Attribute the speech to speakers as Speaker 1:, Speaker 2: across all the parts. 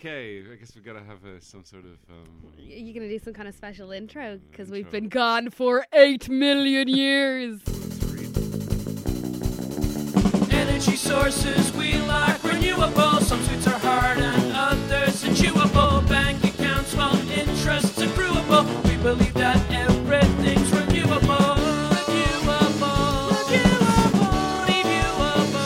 Speaker 1: Okay, I guess we gotta have uh, some sort of. Um,
Speaker 2: Y- You gonna do some kind of special intro because we've
Speaker 1: Mm, Intro.
Speaker 2: been gone for eight million years.
Speaker 1: let's read.
Speaker 3: Energy sources we like renewable. Some sweets are hard and others are chewable. Bank accounts while interests accruable. We believe that everything's renewable. Renewable. Renewable. Renewable.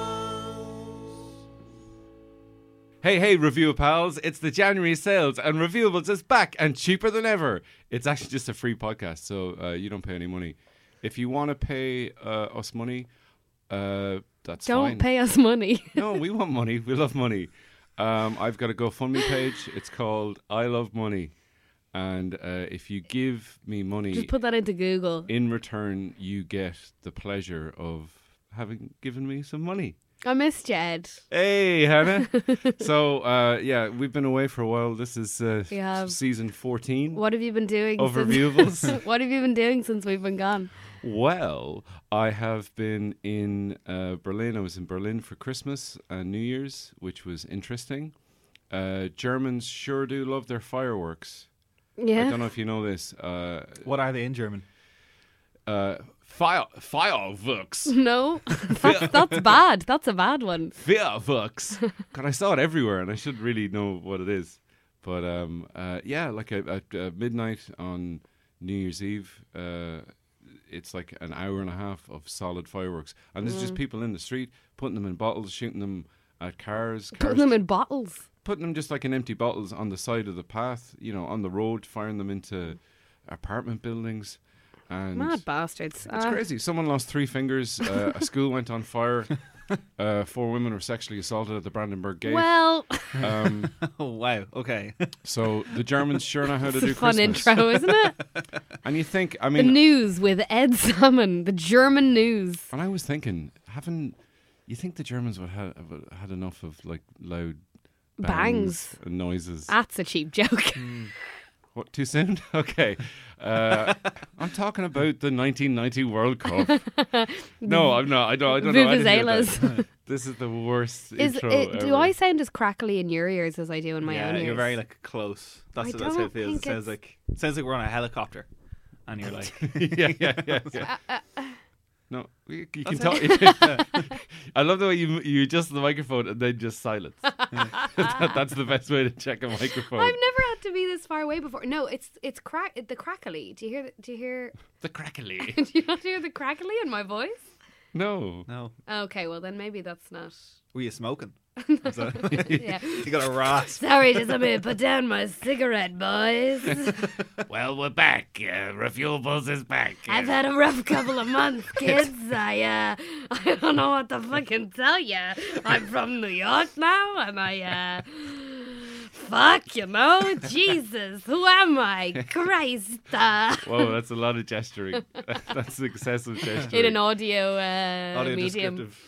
Speaker 3: Renewable.
Speaker 1: Hey, hey, reviewer pals! It's the January sales, and Reviewables is back and cheaper than ever. It's actually just a free podcast, so uh, you don't pay any money. If you want to pay uh, us money, uh, that's
Speaker 2: Don't
Speaker 1: fine.
Speaker 2: pay us money.
Speaker 1: no, we want money. We love money. Um, I've got a GoFundMe page. It's called I Love Money, and uh, if you give me money,
Speaker 2: Just put that into Google.
Speaker 1: in return you get the pleasure of having given me some money.
Speaker 2: I miss Jed.
Speaker 1: Hey, Hannah. so uh, yeah, we've been away for a while. This is uh,
Speaker 2: We have.
Speaker 1: season fourteen.
Speaker 2: What have you been doing?
Speaker 1: Of
Speaker 2: since-
Speaker 1: reviewables.
Speaker 2: what have you been doing since we've been gone?
Speaker 1: Well, I have been in uh, Berlin. I was in Berlin for Christmas and New Year's, which was interesting. Uh, Germans sure do love their fireworks. I
Speaker 2: Yeah.
Speaker 1: don't know if you know this. Uh,
Speaker 4: What are they in German?
Speaker 1: uh, fire fireworks.
Speaker 2: No, that's, that's bad. That's a bad one.
Speaker 1: Fireworks. God, I saw it everywhere, and I should really know what it is. But um, uh, yeah, like at, at uh, midnight on New Year's Eve, uh, it's like an hour and a half of solid fireworks, and there's
Speaker 2: Mm.
Speaker 1: just people in the street putting them in bottles, shooting them at cars, cars
Speaker 2: Putting them in bottles.
Speaker 1: putting them just like in empty bottles on the side of the path, you know, on the road, firing them into apartment buildings, and
Speaker 2: Mm. Mad bastards.
Speaker 1: it's
Speaker 2: Ah,
Speaker 1: crazy. Someone lost three fingers. Uh, a school went on fire. Uh, four women were sexually assaulted at the Brandenburg Gate.
Speaker 2: Well,
Speaker 1: Um,
Speaker 4: Oh wow. Okay.
Speaker 1: so the Germans sure know how to
Speaker 2: it's a
Speaker 1: do
Speaker 2: fun
Speaker 1: Christmas.
Speaker 2: intro, isn't it?
Speaker 1: And you think, I
Speaker 2: The
Speaker 1: mean,
Speaker 2: news with Ed Salmon, the German news.
Speaker 1: and I was thinking, haven't you think the Germans would have, have had enough of like loud bangs,
Speaker 2: Bangs. Ah.
Speaker 1: and noises?
Speaker 2: That's a cheap joke.
Speaker 1: What too soon? Okay, uh, I'm talking about the 1990 World Cup. no, I'm not. I don't. I don't know. I didn't hear that.
Speaker 2: Vuvuzelas.
Speaker 1: This is the worst
Speaker 2: Is
Speaker 1: intro
Speaker 2: it, do
Speaker 1: ever.
Speaker 2: I sound as crackly in your ears as I do in my
Speaker 4: yeah,
Speaker 2: own ears?
Speaker 4: you're very like close. That's
Speaker 2: I
Speaker 4: that's how
Speaker 2: don't
Speaker 4: it feels.
Speaker 2: think
Speaker 4: It sounds like it sounds like we're on a helicopter, and you're like,
Speaker 1: yeah, yeah, yeah. yeah. No, you you
Speaker 2: Oh,
Speaker 1: can talk. I love the way you you adjust the microphone and then just silence. That- that's the best way to check a microphone.
Speaker 2: I've never had to be this far away before. No, it's it's crack the crackly. Do you hear? the- Do you hear?
Speaker 1: the crackly.
Speaker 2: Do you not hear the crackly in my voice?
Speaker 1: No.
Speaker 4: no,
Speaker 2: Okay, well then maybe that's not.
Speaker 4: were you smoking? Is that-
Speaker 2: Yeah.
Speaker 4: you got a rasp.
Speaker 2: Sorry, just let me put down my cigarette, boys.
Speaker 1: Well, we're back. Uh, Refuelables is back.
Speaker 2: I've had a rough couple of months, kids. I uh, I don't know what to fucking tell you. I'm from New York now, and I uh, fuck, you know, Jesus, who am I, Christ? Uh,
Speaker 1: Whoa, that's a lot of gesturing. that's excessive gesturing.
Speaker 2: in an audio, uh,
Speaker 4: Audio
Speaker 2: medium.
Speaker 4: descriptive.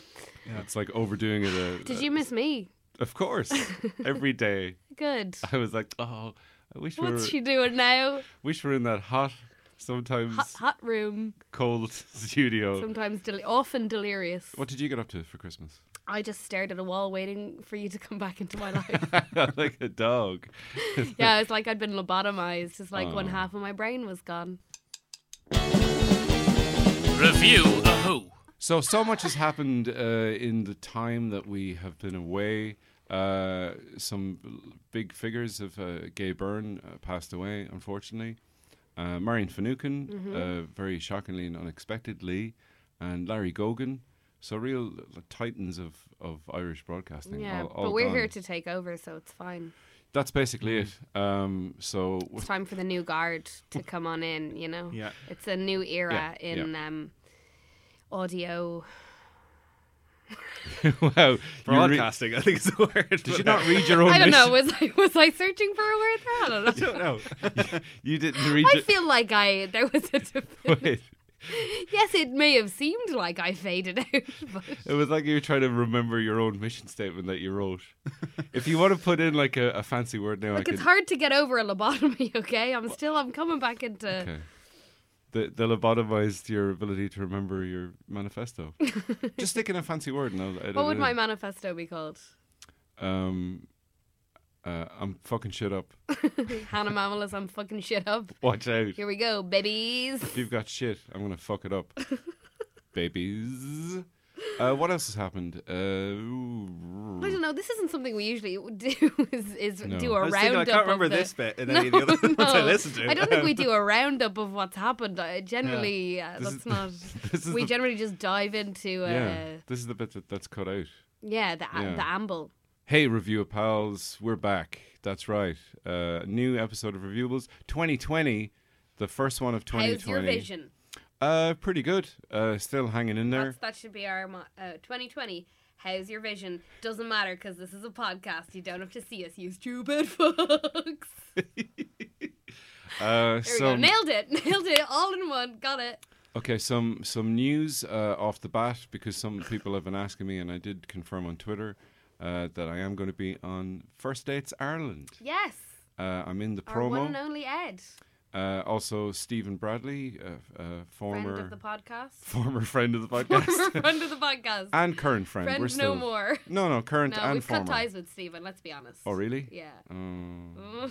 Speaker 1: It's like overdoing it. A,
Speaker 2: Did you miss me?
Speaker 1: Of course. Every day,
Speaker 2: Good.
Speaker 1: I was like, oh, I wish we were,
Speaker 2: What's she doing now?
Speaker 1: wish we were in that hot, sometimes
Speaker 2: Hot, hot room,
Speaker 1: cold studio.
Speaker 2: sometimes del- often delirious.
Speaker 1: What did you get up to for Christmas?
Speaker 2: I just stared at a wall, waiting for you to come back into my life.
Speaker 1: like a dog.
Speaker 2: yeah, it's like I'd been lobotomized. It's like one
Speaker 1: Oh.
Speaker 2: half of my brain was gone.
Speaker 3: Review a who.
Speaker 1: So, so much has happened uh, in the time that we have been away. Uh, some l- big figures of uh, Gay Byrne uh, passed away, unfortunately. Uh, Marion Finucane,
Speaker 2: Mm-hmm.
Speaker 1: uh, very shockingly and unexpectedly, and Larry Gogan. So, real uh, titans of, of Irish broadcasting.
Speaker 2: Yeah,
Speaker 1: all- all
Speaker 2: but we're
Speaker 1: gone.
Speaker 2: here to Mm. take over, so it's fine.
Speaker 1: That's basically it. Um, so,
Speaker 2: It's time for the new guard to come on in. You know,
Speaker 4: Yeah.
Speaker 2: it's a new era
Speaker 1: Yeah,
Speaker 2: in um, audio.
Speaker 1: wow. you re-
Speaker 4: Broadcasting, I think is the word.
Speaker 1: did you not read your own
Speaker 2: I don't know.
Speaker 1: Oh, mission?
Speaker 2: Was I was I searching for a word there? I don't know.
Speaker 4: No.
Speaker 1: You didn't read
Speaker 2: I
Speaker 1: your.
Speaker 2: feel like I there was a.
Speaker 1: Wait.
Speaker 2: yes, it may have seemed like I faded out, but
Speaker 1: It was like you were trying to remember your own mission statement that you wrote. if you want to put in like a, a fancy word now, I
Speaker 2: like
Speaker 1: can.
Speaker 2: it's hard to get over a lobotomy. Okay, I'm still I'm coming back into
Speaker 1: Okay. They, they lobotomized your ability to remember your manifesto. Just stick in a fancy word, and I'll, edit
Speaker 2: What would
Speaker 1: it
Speaker 2: my
Speaker 1: in.
Speaker 2: manifesto be called?
Speaker 1: Um, uh, I'm fucking shit up.
Speaker 2: Hannah Mamelas, I'm fucking shit up.
Speaker 1: Watch out.
Speaker 2: Here we go, babies.
Speaker 1: If you've got shit, I'm gonna fuck it up, babies. Uh, what else has happened? Uh,
Speaker 2: I don't know. This isn't something we usually do. Is, is
Speaker 1: No.
Speaker 2: do a
Speaker 4: I was
Speaker 2: roundup?
Speaker 4: thinking, I
Speaker 2: of
Speaker 4: can't remember
Speaker 2: the-
Speaker 4: this bit in any of the other ones I listened to.
Speaker 2: I don't think we do a roundup of what's happened. I generally, uh,
Speaker 1: This is-
Speaker 2: that's not.
Speaker 1: this is
Speaker 2: We
Speaker 1: the-
Speaker 2: generally just dive into, uh,
Speaker 1: yeah,
Speaker 2: yeah,
Speaker 1: this is the bit that, that's cut out.
Speaker 2: the,
Speaker 1: Yeah.
Speaker 2: the amble.
Speaker 1: Hey, review pals, we're back. That's right. Uh, new episode of Reviewables 2020, the first one of 2020.
Speaker 2: How's your vision?
Speaker 1: Uh, pretty good. Uh, still hanging in there.
Speaker 2: That's, that should be our mo- uh, 2020. How's your vision? Doesn't matter because this is a podcast. You don't have to see us, you stupid fucks.
Speaker 1: Uh,
Speaker 2: There
Speaker 1: so
Speaker 2: we go. Nailed it. Nailed it. All in one. Got it.
Speaker 1: okay, some some news uh, off the bat because some people have been asking me, and I did confirm on Twitter uh, that I am going to be on First Dates Ireland.
Speaker 2: Yes.
Speaker 1: Uh, I'm in the
Speaker 2: Our one and
Speaker 1: promo.
Speaker 2: only Ed,
Speaker 1: Uh, also, Stephen Bradley, uh, uh,
Speaker 2: friend
Speaker 1: former
Speaker 2: of the podcast.
Speaker 1: former friend of the podcast
Speaker 2: friend of the podcast.
Speaker 1: and current friend.
Speaker 2: friend
Speaker 1: We're
Speaker 2: no
Speaker 1: still
Speaker 2: more.
Speaker 1: no no current
Speaker 2: No,
Speaker 1: and
Speaker 2: we've
Speaker 1: former.
Speaker 2: cut ties with Stephen. Let's be honest.
Speaker 1: Oh really?
Speaker 2: Yeah.
Speaker 1: Oh.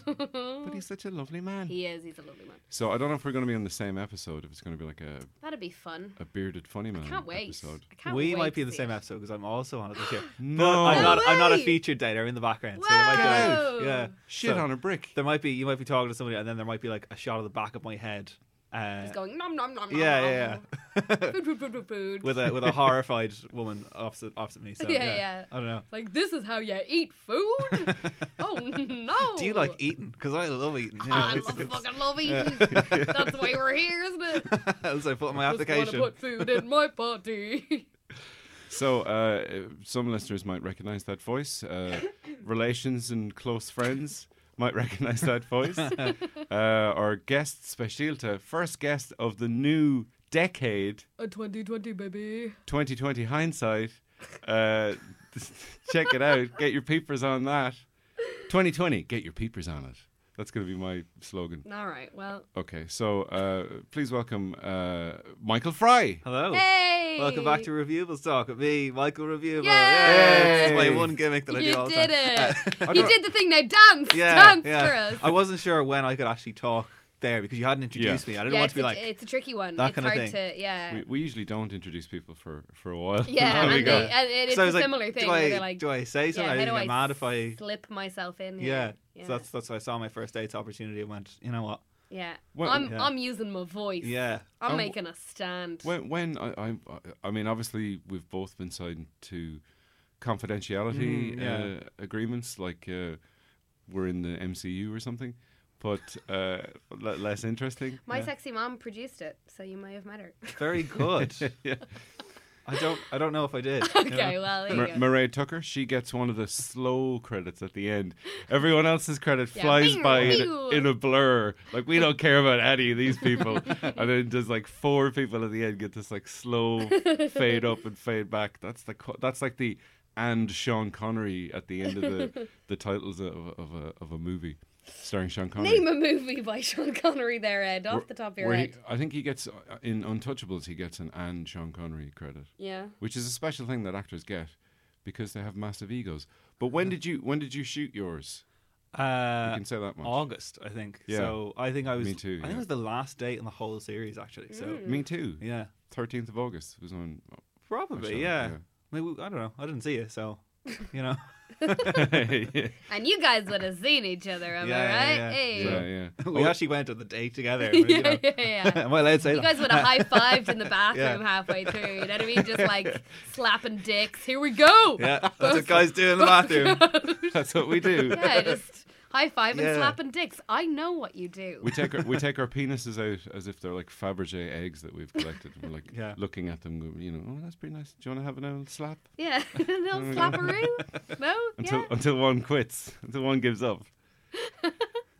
Speaker 1: But he's such a lovely man.
Speaker 2: he is. He's a lovely man.
Speaker 1: So I don't know if we're going to be on the same episode. If it's going to be like a,
Speaker 2: That'd be fun.
Speaker 1: a bearded funny man
Speaker 2: Can't wait.
Speaker 1: episode.
Speaker 2: I can't
Speaker 4: we
Speaker 2: wait
Speaker 4: might
Speaker 2: to
Speaker 4: be in the
Speaker 2: see
Speaker 4: same
Speaker 2: it.
Speaker 4: episode because I'm also on it this year.
Speaker 1: No.
Speaker 4: but I'm not. I'm not a
Speaker 2: way.
Speaker 4: featured dater in the background. So there might
Speaker 2: Wow.
Speaker 4: be, yeah,
Speaker 1: Shit
Speaker 4: So
Speaker 1: on a brick.
Speaker 4: There might be. You might be talking to somebody, and then there might be like a shot of the back of my head. Uh,
Speaker 2: He's going nom nom nom. nom,
Speaker 4: yeah,
Speaker 2: nom.
Speaker 4: yeah, yeah.
Speaker 2: Food, food, food, food, food.
Speaker 4: with a with a horrified woman opposite opposite me. So
Speaker 2: Yeah,
Speaker 4: yeah,
Speaker 2: yeah.
Speaker 4: I don't know.
Speaker 2: like this is how you eat food. oh no.
Speaker 4: Do you like eating? Because I love eating.
Speaker 2: Oh,
Speaker 4: Yeah,
Speaker 2: I
Speaker 4: it's-
Speaker 2: love,
Speaker 4: it's-
Speaker 2: fucking love eating. That's why we're here, isn't it?
Speaker 4: so I put in my
Speaker 2: Just want to
Speaker 4: application.
Speaker 2: put food in my body.
Speaker 1: So uh, some listeners might recognize that voice. Uh, relations and close friends might recognize that voice. uh, our guest specialta, first guest of the new decade,
Speaker 2: A 2020 baby.
Speaker 1: 2020 hindsight. Uh, check it out. Get your peepers on that. 2020, get your peepers on it. That's going to be my slogan.
Speaker 2: All right. Well.
Speaker 1: Okay, so uh, please welcome uh, Michael Fry.
Speaker 4: Hello.
Speaker 2: Hey.
Speaker 4: Welcome back to Reviewables Talk with me, Michael Reviewables.
Speaker 2: Yay!
Speaker 4: It's my one gimmick that I
Speaker 2: You
Speaker 4: do all the
Speaker 2: did
Speaker 4: time.
Speaker 2: it.
Speaker 1: I
Speaker 2: you
Speaker 1: don't-
Speaker 2: did the thing. Now dance.
Speaker 4: Yeah,
Speaker 2: dance
Speaker 4: yeah.
Speaker 2: for us.
Speaker 4: I wasn't sure when I could actually talk there because you hadn't introduced
Speaker 1: Yeah.
Speaker 4: me. I didn't
Speaker 2: yeah,
Speaker 4: want to
Speaker 2: it's
Speaker 4: be
Speaker 2: a,
Speaker 4: like,
Speaker 2: it's a tricky one.
Speaker 4: that
Speaker 2: it's
Speaker 4: kind of
Speaker 2: hard
Speaker 4: thing.
Speaker 2: to, yeah.
Speaker 1: We, we usually don't introduce people for, for a while.
Speaker 2: yeah,
Speaker 4: There we
Speaker 2: and,
Speaker 4: go.
Speaker 2: they, and it- uh, it's
Speaker 4: so I was
Speaker 2: a
Speaker 4: like,
Speaker 2: similar thing.
Speaker 4: do
Speaker 2: where
Speaker 4: I
Speaker 2: they're like,
Speaker 4: do I say
Speaker 2: yeah,
Speaker 4: something? I
Speaker 2: how do
Speaker 4: didn't
Speaker 2: I
Speaker 4: get mad if I.
Speaker 2: slip myself in? here?
Speaker 4: Yeah.
Speaker 2: yeah.
Speaker 4: So that's that's why I saw my first dates opportunity. and went, you know what?
Speaker 2: yeah.
Speaker 1: Well,
Speaker 2: I'm
Speaker 4: yeah.
Speaker 2: I'm using my voice.
Speaker 4: Yeah.
Speaker 2: I'm
Speaker 1: Um,
Speaker 2: making a stand.
Speaker 1: When when I, I I mean obviously we've both been signed to confidentiality
Speaker 4: Mm, yeah.
Speaker 1: uh, agreements like uh, we're in the MCU or something, but uh, le- less interesting.
Speaker 2: my
Speaker 4: yeah.
Speaker 2: sexy mom produced it, so you may have met her.
Speaker 4: Very good.
Speaker 1: Yeah.
Speaker 4: I don't I don't know if I did. you know?
Speaker 2: okay, well, there you
Speaker 1: Mar-
Speaker 2: go.
Speaker 1: Marae Tucker, she gets one of the slow credits at the end. Everyone else's credit
Speaker 2: Yeah.
Speaker 1: flies by in,
Speaker 2: Meow.
Speaker 1: in a blur. Like we don't care about any of these people. and then there's like four people at the end get this like slow fade up and fade back. That's the co- that's like the and Sean Connery at the end of the the titles of, of a of a movie starring Sean Connery.
Speaker 2: Name a movie by Sean Connery there, Ed, off
Speaker 1: Where-
Speaker 2: the top of your
Speaker 1: where he-
Speaker 2: head.
Speaker 1: I think he gets uh, in Untouchables. He gets an and Sean Connery credit
Speaker 2: yeah.
Speaker 1: which is a special thing that actors get because they have massive egos. But when did you when did you shoot yours? You
Speaker 4: Uh,
Speaker 1: can say that much.
Speaker 4: August, I think.
Speaker 1: Yeah.
Speaker 4: So I think I was.
Speaker 1: Me too,
Speaker 4: I think
Speaker 1: yeah.
Speaker 4: it was the last date in the whole series actually. So
Speaker 2: Mm.
Speaker 1: Me too.
Speaker 4: yeah,
Speaker 1: Thirteenth of August was when. Actually,
Speaker 4: probably Oh, yeah.
Speaker 1: yeah.
Speaker 4: Maybe I don't know. I didn't see it, so you know.
Speaker 1: yeah,
Speaker 2: And you guys would have seen each other, am
Speaker 4: Yeah, yeah,
Speaker 2: I right?
Speaker 4: yeah.
Speaker 2: Hey.
Speaker 1: yeah. Oh,
Speaker 4: we actually went on the date together. but, you
Speaker 2: yeah,
Speaker 4: know.
Speaker 2: yeah, yeah.
Speaker 4: Am I allowed to say
Speaker 2: You
Speaker 4: that?
Speaker 2: guys would have high fived in the bathroom
Speaker 4: Yeah.
Speaker 2: halfway through. You know what I mean? Just like slapping dicks. Here we go.
Speaker 4: yeah, that's what guys do in the bathroom.
Speaker 1: That's what we do.
Speaker 2: Yeah, just high five and
Speaker 4: Yeah.
Speaker 2: slapping dicks. I know what you do.
Speaker 1: We take our, we take our penises out as if they're like Fabergé eggs that we've collected. And we're like
Speaker 4: Yeah.
Speaker 1: looking at them, going, you know, oh that's pretty nice. Do you want to have an old slap
Speaker 2: yeah, a little
Speaker 4: Mm.
Speaker 2: slapperoo. No,
Speaker 1: until
Speaker 2: yeah.
Speaker 1: until one quits, until one gives up.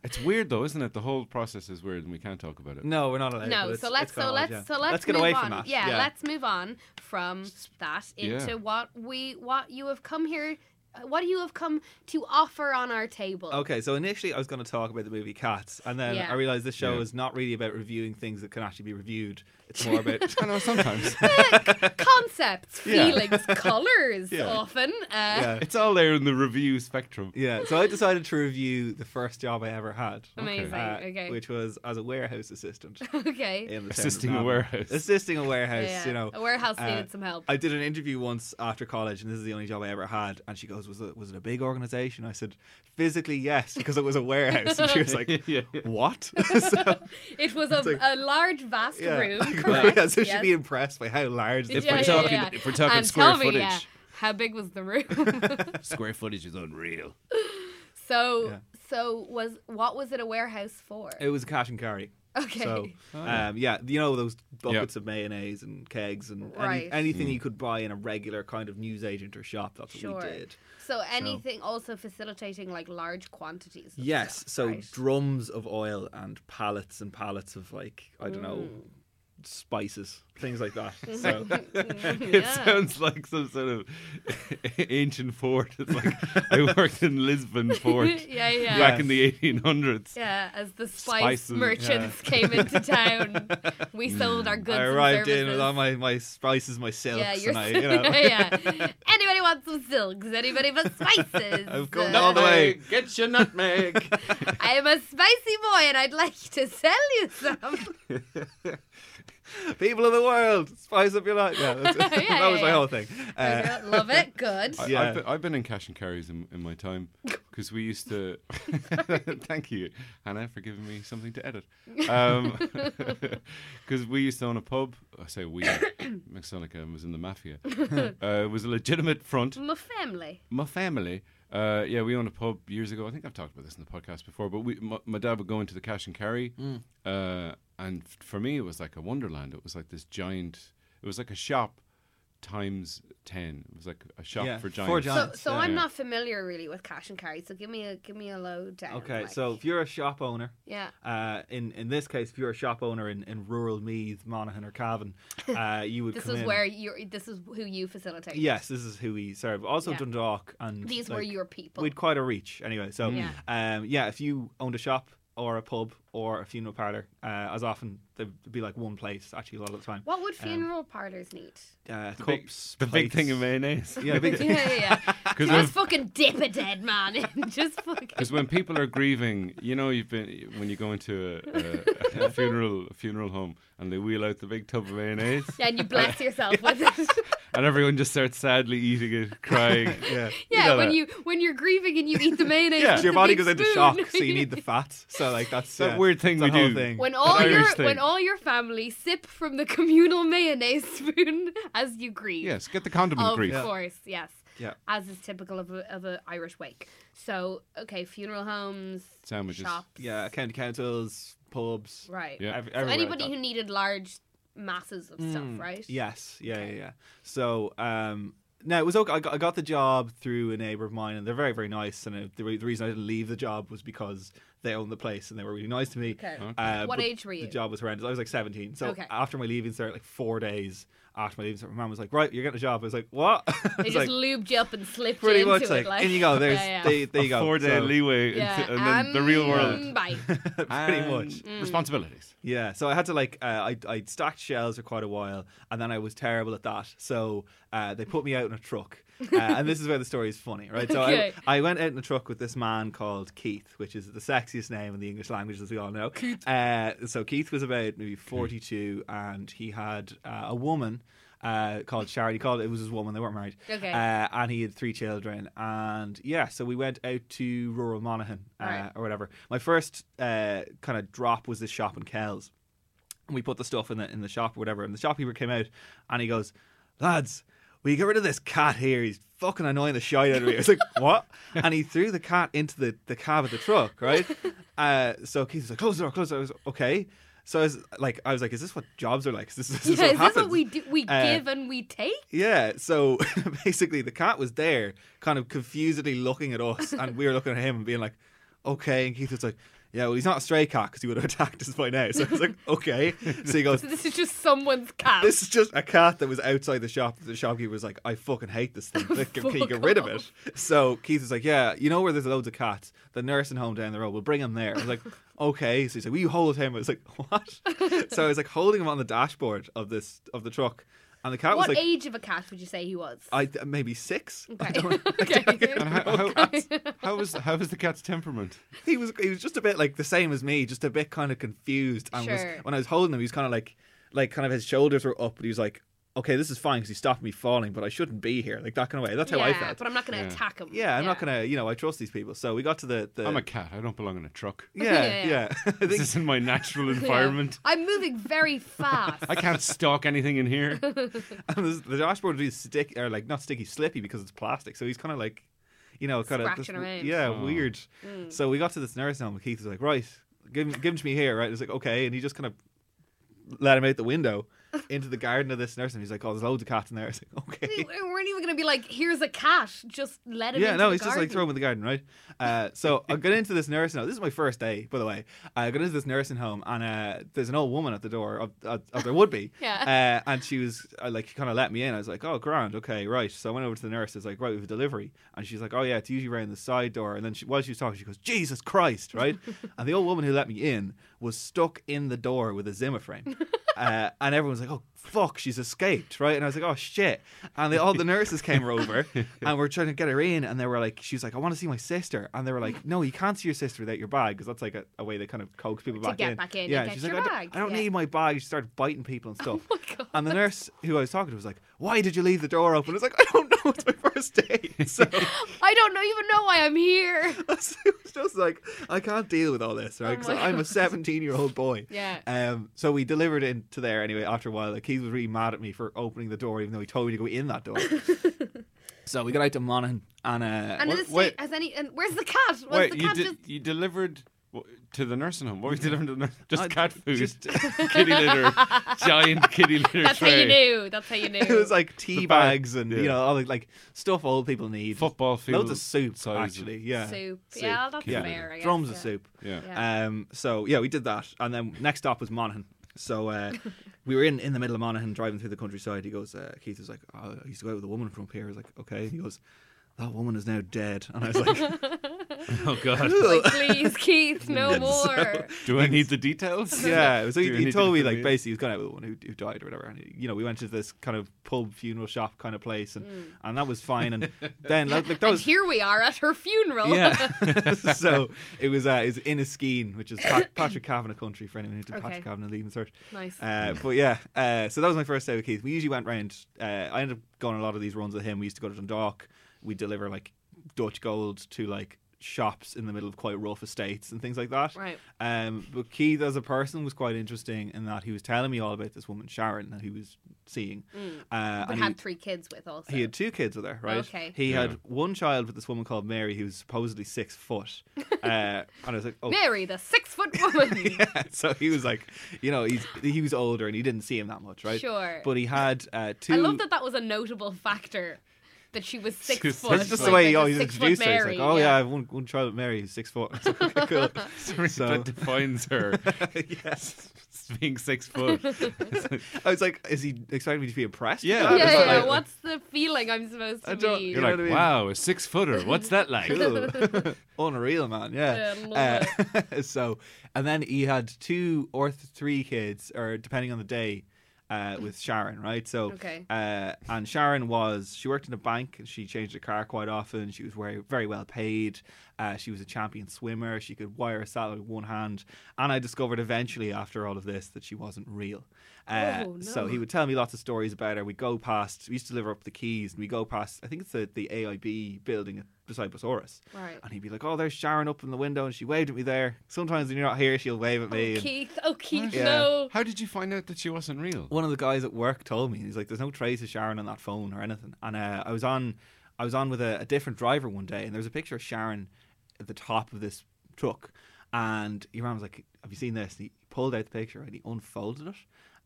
Speaker 1: it's weird though, isn't it? The whole process is weird, and we can't talk about it.
Speaker 4: No, we're not allowed. but
Speaker 2: No,
Speaker 4: it's-
Speaker 2: so let's
Speaker 4: it's gone
Speaker 2: so
Speaker 4: on,
Speaker 2: let's
Speaker 4: yeah.
Speaker 2: so let's,
Speaker 4: get
Speaker 2: move
Speaker 4: away
Speaker 2: on.
Speaker 4: from that.
Speaker 2: Yeah, let's move on from that
Speaker 1: Yeah.
Speaker 2: into what we what you have come here uh, what you have come to offer on our table.
Speaker 4: Okay, so initially I was going to talk about the movie Cats, and then
Speaker 2: Yeah.
Speaker 4: I realized this show
Speaker 1: Yeah.
Speaker 4: is not really about reviewing things that can actually be reviewed. It's more about
Speaker 1: I know sometimes
Speaker 2: Concepts,
Speaker 4: Yeah.
Speaker 2: feelings, colors,
Speaker 4: Yeah.
Speaker 2: often. Uh,
Speaker 4: yeah,
Speaker 1: it's all there in the review spectrum.
Speaker 4: yeah. So I decided to review the first job I ever had,
Speaker 2: Amazing.
Speaker 4: uh,
Speaker 2: okay.
Speaker 4: which was as a warehouse assistant.
Speaker 2: okay.
Speaker 4: in the town of
Speaker 1: Assisting a
Speaker 4: Navan.
Speaker 1: warehouse.
Speaker 4: Assisting a warehouse,
Speaker 2: Yeah,
Speaker 4: you know.
Speaker 2: a warehouse
Speaker 4: uh,
Speaker 2: needed some help.
Speaker 4: I did an interview once after college, and this is the only job I ever had. And she goes, "Was it was it a big organization?" I said, "Physically, yes, because it was a warehouse." And she was like,
Speaker 1: yeah, yeah.
Speaker 4: "What?" so,
Speaker 2: it was a,
Speaker 4: like-
Speaker 2: a large, vast
Speaker 4: yeah.
Speaker 2: room.
Speaker 4: Like,
Speaker 2: correct,
Speaker 4: yeah, so
Speaker 2: yes.
Speaker 4: she'd be impressed by how large
Speaker 2: Yeah,
Speaker 4: this
Speaker 2: yeah,
Speaker 1: we're
Speaker 4: place
Speaker 2: yeah,
Speaker 1: talking-
Speaker 2: yeah.
Speaker 1: if we're talking
Speaker 2: and
Speaker 1: square
Speaker 2: tell me,
Speaker 1: footage.
Speaker 2: yeah, how big was the room?
Speaker 1: Square footage is unreal.
Speaker 2: so,
Speaker 4: Yeah.
Speaker 2: so was what was it a warehouse for?
Speaker 4: It was cash and carry.
Speaker 2: okay.
Speaker 4: So,
Speaker 1: Oh, yeah.
Speaker 4: um, yeah, you know those buckets of mayonnaise and kegs and any-
Speaker 2: Right.
Speaker 4: anything you could buy in a regular kind of newsagent or shop. That's what
Speaker 2: Sure.
Speaker 4: we did.
Speaker 2: So anything also facilitating like large quantities. Of
Speaker 4: Yes,
Speaker 2: stuff,
Speaker 4: so
Speaker 2: right?
Speaker 4: drums of oil and pallets and pallets of like I don't know
Speaker 2: Mm.
Speaker 4: spices, things like that. so
Speaker 1: It
Speaker 2: Yeah.
Speaker 1: sounds like some sort of ancient fort. It's like I worked in Lisbon port
Speaker 2: yeah, yeah.
Speaker 1: back in the 1800s.
Speaker 2: Yeah, as the spice
Speaker 1: Spices,
Speaker 2: merchants came into town, we sold our goods.
Speaker 4: I arrived
Speaker 2: and
Speaker 4: in with
Speaker 2: services.
Speaker 4: all my my spices, my silks,
Speaker 2: Yeah, you're
Speaker 4: and I, you know,
Speaker 2: yeah. Anybody want some silks? Anybody but spices?
Speaker 4: I've come all the
Speaker 2: Uh,
Speaker 4: way.
Speaker 1: Get your nutmeg.
Speaker 2: I am a spicy boy, and I'd like to sell you some.
Speaker 4: People of the world, spice up your life. Yeah, that's,
Speaker 2: Yeah,
Speaker 4: that
Speaker 2: yeah,
Speaker 4: was my
Speaker 2: yeah.
Speaker 4: whole thing. Uh,
Speaker 2: Love it. Good.
Speaker 1: I,
Speaker 4: Yeah.
Speaker 1: I've, been, I've been in cash and carries in, in my time because we used to. thank you, Hannah, for giving me something to edit. Because we used to own a pub. I say we. McSonica was in the mafia. Uh, it was a legitimate front.
Speaker 2: My family.
Speaker 1: My family. Uh, yeah, we owned a pub years ago. I think I've talked about this in the podcast before. But we, my, my dad would go into the cash and carry,
Speaker 4: Mm.
Speaker 1: uh, and f- for me, it was like a wonderland. It was like this giant. It was like a shop times ten. It was like a shop
Speaker 4: Yeah,
Speaker 1: for
Speaker 4: for
Speaker 1: giants.
Speaker 2: So,
Speaker 4: giants. Right,
Speaker 2: so
Speaker 4: yeah.
Speaker 2: I'm not familiar really with cash and carry. So give me a give me a low down.
Speaker 4: Uh, okay,
Speaker 2: like.
Speaker 4: so if you're a shop owner,
Speaker 2: yeah,
Speaker 4: uh, in in this case, if you're a shop owner in, in rural Meath, Monaghan, or Cavan, uh, you would
Speaker 2: this
Speaker 4: come
Speaker 2: is
Speaker 4: in.
Speaker 2: where you are this is who you facilitate.
Speaker 4: Yes, this is who we serve. Also
Speaker 2: Yeah.
Speaker 4: Dundalk and
Speaker 2: these were
Speaker 4: like,
Speaker 2: your people. Mm.
Speaker 4: We'd quite a reach anyway. So
Speaker 2: Yeah.
Speaker 4: um, yeah, if you owned a shop or a pub or a funeral parlor, uh, as often they'd be like one place actually a lot of the time.
Speaker 2: What would funeral parlors need?
Speaker 4: Uh,
Speaker 1: The big-
Speaker 4: cups,
Speaker 1: the big thing in
Speaker 4: plates.
Speaker 1: mayonnaise.
Speaker 4: yeah, the big
Speaker 2: Yeah,
Speaker 4: thing.
Speaker 2: yeah, yeah.
Speaker 1: Because
Speaker 2: Just fucking dip a dead man in. Just fucking.
Speaker 1: when people are grieving, you know, you've been when you go into a, a, a funeral a funeral home and they wheel out the big tub of mayonnaise,
Speaker 2: Yeah, and you bless yourself with it.
Speaker 1: and everyone just starts sadly eating it, crying.
Speaker 4: yeah.
Speaker 2: Yeah,
Speaker 1: know
Speaker 2: when
Speaker 1: that.
Speaker 2: you when you're grieving and you eat the mayonnaise.
Speaker 1: Yeah.
Speaker 2: with
Speaker 4: Your
Speaker 2: the
Speaker 4: body
Speaker 2: big
Speaker 4: goes into
Speaker 2: spoon.
Speaker 4: shock, so you need the fat. So like that's
Speaker 1: That
Speaker 4: yeah,
Speaker 1: weird thing
Speaker 4: it's a
Speaker 1: we
Speaker 4: whole
Speaker 1: do.
Speaker 4: Thing.
Speaker 2: When all your
Speaker 1: Irish thing.
Speaker 2: when all your family sip from the communal mayonnaise spoon as you grieve.
Speaker 1: Yes, get the condiment
Speaker 2: Of
Speaker 1: grief.
Speaker 2: course, yes.
Speaker 4: Yeah.
Speaker 2: As is typical of a, of a Irish wake. So, okay, funeral homes,
Speaker 1: Sandwiches.
Speaker 2: shops,
Speaker 4: yeah, county councils, pubs.
Speaker 2: right.
Speaker 1: Yeah.
Speaker 4: ev-
Speaker 2: So
Speaker 4: everywhere like
Speaker 2: anybody
Speaker 4: that.
Speaker 2: who needed large masses of
Speaker 4: Mm,
Speaker 2: stuff, right?
Speaker 4: Yes, yeah, yeah, yeah. So, um, no, it was okay. I got, I got the job through a neighbor of mine, and they're very, very nice. And uh, the, re- the reason I didn't leave the job was because they owned the place and they were really nice to me.
Speaker 2: Okay.
Speaker 1: Okay.
Speaker 4: Uh,
Speaker 2: What
Speaker 4: but
Speaker 2: age were you?
Speaker 4: The job was horrendous. I was like 17. So
Speaker 2: Okay.
Speaker 4: after my leaving cert, like four days after my leaving cert, my mom was like, "Right, you're getting a job." I was like, "What?" I
Speaker 2: They
Speaker 4: was
Speaker 2: just
Speaker 4: like,
Speaker 2: lubed you up and slipped
Speaker 4: pretty
Speaker 2: you
Speaker 4: much
Speaker 2: into
Speaker 4: like,
Speaker 2: it. Like,
Speaker 4: in you go. There's
Speaker 2: yeah, yeah.
Speaker 4: They, there you go.
Speaker 1: Four day
Speaker 4: So-
Speaker 1: leeway,
Speaker 2: Yeah, Mm.
Speaker 1: into, and then the
Speaker 2: um,
Speaker 1: real world.
Speaker 2: Bye.
Speaker 4: pretty
Speaker 1: And
Speaker 4: much.
Speaker 1: responsibilities.
Speaker 4: Yeah, so I had to like uh, I I stacked shells for quite a while, and then I was terrible at that. So uh, they put me out in a truck, uh, and this is where the story is funny, right? So
Speaker 2: Okay.
Speaker 4: I, I went out in a truck with this man called Keith, which is the sexiest name in the English language, as we all know. Keith. Uh, so Keith was about maybe forty-two, and he had uh, a woman. Uh, called Charity. Called it was his woman. They weren't married.
Speaker 2: Okay.
Speaker 4: Uh, and he had three children. And yeah, so we went out to rural Monaghan uh,
Speaker 2: Right.
Speaker 4: or whatever. My first uh, kind of drop was this shop in Kells and we put the stuff in the in the shop or whatever. And the shopkeeper came out and he goes, "Lads, will you get rid of this cat here? He's fucking annoying the shite out of me." I was like, "What?" And he threw the cat into the the cab of the truck, right? Uh, so Keith was like, "Close the door, close the door." I was okay. So I was like, I was like, "Is this what jobs are like? Is this, this
Speaker 2: Yeah,
Speaker 4: is what
Speaker 2: is this
Speaker 4: happens?"
Speaker 2: what we do? We
Speaker 4: Uh,
Speaker 2: give and we take.
Speaker 4: Yeah, so basically the cat was there, kind of confusedly looking at us, and we were looking at him and being like, okay. And Keith was like, yeah, well, he's not a stray cat because he would have attacked us by now. So I was like, okay. So he goes,
Speaker 2: So this is just someone's cat.
Speaker 4: this is just a cat that was outside the shop. The shopkeeper was like, I fucking hate this thing. Like, can you get rid of it? So Keith was like, Yeah, you know where there's loads of cats? The nursing home down the road. We'll bring him there. I was like, Okay. So he's like, Will you hold him? I was like, What? so I was like holding him on the dashboard of this of the truck. And the cat
Speaker 2: what
Speaker 4: was like,
Speaker 2: age of a cat would you say he was?
Speaker 4: I th- maybe six. I
Speaker 2: okay.
Speaker 4: don't know.
Speaker 1: And
Speaker 2: okay.
Speaker 1: how, how, how was how was the cat's temperament?
Speaker 4: he was he was just a bit like the same as me, just a bit kind of confused. And was-
Speaker 2: Sure.
Speaker 4: when I was holding him, he was kind of like like kind of his shoulders were up, but he was like, okay, this is fine because he stopped me falling, but I shouldn't be here. Like that kind of way. That's how
Speaker 2: yeah,
Speaker 4: I felt.
Speaker 2: but I'm not going to
Speaker 1: Yeah.
Speaker 2: attack him.
Speaker 4: yeah, I'm not gonna, you know, I trust these people. So we got to the, the
Speaker 1: I'm a cat. I don't belong in a truck.
Speaker 4: yeah,
Speaker 2: Yeah,
Speaker 4: yeah. I think-
Speaker 1: This isn't my natural
Speaker 2: Yeah.
Speaker 1: environment.
Speaker 2: I'm moving very fast.
Speaker 1: I can't stalk anything in here.
Speaker 4: and this- the dashboard is sticky or like not sticky, slippy because it's plastic. So he's kind of like, you know, kind of
Speaker 2: Scratching around. Hmm.
Speaker 4: yeah,
Speaker 1: Oh.
Speaker 4: weird. So we got to this nursing home. and Keith was like, right, give him, give him to me here, right? I was like, okay, and he just kind of let him out the window into the garden of this nursing. home. He's like, oh, there's loads of cats in there. I was like, okay.
Speaker 2: we weren't even going to be like, here's a cat. Just let him
Speaker 4: Yeah,
Speaker 2: into
Speaker 4: no,
Speaker 2: the
Speaker 4: he's just like
Speaker 2: garden.
Speaker 4: throw him in the garden, right? Uh, so I got into this nursing home. This is my first day, by the way. I got into this nursing home, and uh, there's an old woman at the door, of, of, of there would be.
Speaker 2: Yeah.
Speaker 4: Uh, and she was uh, like, she kind of let me in. I was like, oh, grand, okay, right. So I went over to the nurse. I was like, right, we have a delivery. And she's like, oh, yeah, it's usually around the side door. And then she, while she was talking, she goes, Jesus Christ, right? and the old woman who let me in was stuck in the door with a Zimmer frame. Uh, and everyone was like, "Oh fuck, she's escaped!" Right? And I was like, "Oh shit!" And they, all the nurses came over, and we're trying to get her in. And they were like, "She's like, I want to see my sister." And they were like, "No, you can't see your sister without your bag, because that's like a, a way they kind of coax people
Speaker 2: To
Speaker 4: back
Speaker 2: get
Speaker 4: in."
Speaker 2: back in, you
Speaker 4: yeah.
Speaker 2: get
Speaker 4: she's
Speaker 2: your
Speaker 4: like, "I
Speaker 2: bag."
Speaker 4: don't, I don't
Speaker 2: Yeah.
Speaker 4: need my bag." She started biting people and stuff.
Speaker 2: Oh God.
Speaker 4: And the nurse who I was talking to was like, "Why did you leave the door open?" I was like, "I don't know. It's my first day." So
Speaker 2: I don't know, even know why I'm here.
Speaker 4: it was just like, I can't deal with all this, right? Because
Speaker 2: Oh my
Speaker 4: I'm a 17 year old boy.
Speaker 2: Yeah.
Speaker 4: Um. So we delivered it into there anyway. After a while, like he was really mad at me for opening the door, even though he told me to go in that door. so we got out to Monaghan, and uh,
Speaker 2: And
Speaker 1: Wait,
Speaker 2: this
Speaker 1: wait.
Speaker 2: has any? And where's the cat? Was
Speaker 1: Wait,
Speaker 2: the
Speaker 1: you
Speaker 2: cat
Speaker 1: did
Speaker 2: just?
Speaker 1: you delivered w- to the nursing home? What were you delivering to the nursing Just
Speaker 4: I-
Speaker 1: cat food,
Speaker 4: just-
Speaker 1: kitty litter, giant kitty litter
Speaker 2: That's how
Speaker 1: tray,
Speaker 2: you knew. That's how you knew.
Speaker 4: it was like tea
Speaker 1: The bag.
Speaker 4: bags and
Speaker 1: Yeah.
Speaker 4: you know all the, like stuff old people need.
Speaker 1: football field,
Speaker 4: Loads of soup,
Speaker 1: size of-
Speaker 4: actually. Yeah.
Speaker 2: soup. Yeah, that's
Speaker 1: Yeah.
Speaker 2: fair. I guess,
Speaker 4: Drums
Speaker 2: yeah.
Speaker 4: of soup.
Speaker 1: Yeah.
Speaker 2: Yeah.
Speaker 4: Um, so yeah, we did that, and then next stop was Monaghan. So uh, we were in, in the middle of Monaghan, driving through the countryside. He goes, uh, Keith was like, oh, I used to go out with a woman from up here. I was like, okay. He goes, that woman is now dead, and I was like,
Speaker 1: Oh god,
Speaker 4: "Ugh."
Speaker 2: Like, please, Keith, no more.
Speaker 1: do I need the details?
Speaker 4: yeah. So
Speaker 1: Do
Speaker 4: he,
Speaker 1: you
Speaker 4: he
Speaker 1: need
Speaker 4: told
Speaker 1: to
Speaker 4: me
Speaker 1: put
Speaker 4: like
Speaker 1: me-
Speaker 4: basically he was going out with one who, who died or whatever. And he- you know, we went to this kind of pub funeral shop kind of place, and
Speaker 2: Mm.
Speaker 4: and that was fine. And then like, like that
Speaker 2: And
Speaker 4: was
Speaker 2: here we are at her funeral.
Speaker 4: Yeah. so it was uh, it's in a skein, which is Pat- Patrick Kavanagh country for anyone who did
Speaker 2: Okay.
Speaker 4: Patrick Kavanagh leaving search.
Speaker 2: Nice.
Speaker 4: Uh, but yeah, uh, so that was my first day with Keith. We usually went round. Uh, I ended up going a lot of these runs with him. We used to go to Dundalk. We deliver like Dutch gold to like shops in the middle of quite rough estates and things like that.
Speaker 2: Right.
Speaker 4: Um, but Keith as a person was quite interesting in that he was telling me all about this woman Sharon that he was seeing. Uh,
Speaker 2: Mm. but
Speaker 4: and he-
Speaker 2: had three kids with also.
Speaker 4: he had two kids with her, right?
Speaker 2: Okay.
Speaker 4: He
Speaker 1: Yeah.
Speaker 4: had one child with this woman called Mary, who was supposedly six foot. Uh, and I was like, oh.
Speaker 2: Mary, the six foot woman.
Speaker 4: Yeah, so he was like, you know, he's he was older and he didn't see him that much, right?
Speaker 2: Sure.
Speaker 4: But he had uh, two.
Speaker 2: I love that that was a notable factor that she was six
Speaker 1: She was
Speaker 2: foot.
Speaker 4: That's just the
Speaker 2: Like,
Speaker 4: way
Speaker 2: there's
Speaker 4: he
Speaker 2: a
Speaker 4: always
Speaker 2: six-foot
Speaker 4: introduced her. He's
Speaker 2: Mary,
Speaker 4: like, oh yeah, I have one, one child with Mary who's six foot. It's like, okay, cool. So-
Speaker 1: that defines her.
Speaker 4: yes.
Speaker 1: Being six foot.
Speaker 4: I was like, is he expecting me to be impressed?
Speaker 1: Yeah.
Speaker 4: With that?
Speaker 2: Yeah,
Speaker 4: It's
Speaker 2: yeah.
Speaker 4: like-
Speaker 2: What's the feeling I'm supposed
Speaker 4: I
Speaker 2: to
Speaker 4: don't-
Speaker 2: be?
Speaker 4: you
Speaker 1: You're
Speaker 4: know
Speaker 1: like,
Speaker 4: what I mean?
Speaker 1: wow, a six footer. What's that like?
Speaker 4: Cool. Unreal, man. Yeah.
Speaker 2: Yeah,
Speaker 4: Uh, so, and then he had two or th- three kids, or depending on the day, uh, with Sharon, right? So,
Speaker 2: Okay.
Speaker 4: uh, and Sharon was, she worked in a bank and she changed her car quite often. She was very, very well paid. Uh, she was a champion swimmer. She could wire a salad with one hand. And I discovered eventually after all of this that she wasn't real. Uh,
Speaker 2: Oh,
Speaker 4: So
Speaker 2: no.
Speaker 4: he would tell me lots of stories about her. We go past, we used to deliver up the keys, and we go past, I think it's the, the AIB building beside Bosaurus.
Speaker 2: Right.
Speaker 4: And he'd be like, "Oh, there's Sharon up in the window, and she waved at me there. Sometimes when you're not here, she'll wave at me."
Speaker 2: Oh,
Speaker 4: And
Speaker 2: Keith. Oh, Keith,
Speaker 4: Yeah.
Speaker 2: no.
Speaker 1: How did you find out that she wasn't real?
Speaker 4: one of the guys at work told me he's like, "There's no trace of Sharon on that phone or anything." And uh, I was on, I was on with a, a different driver one day, and there was a picture of Sharon at the top of this truck, and your man was like, "Have you seen this?" And he pulled out the picture and he unfolded it,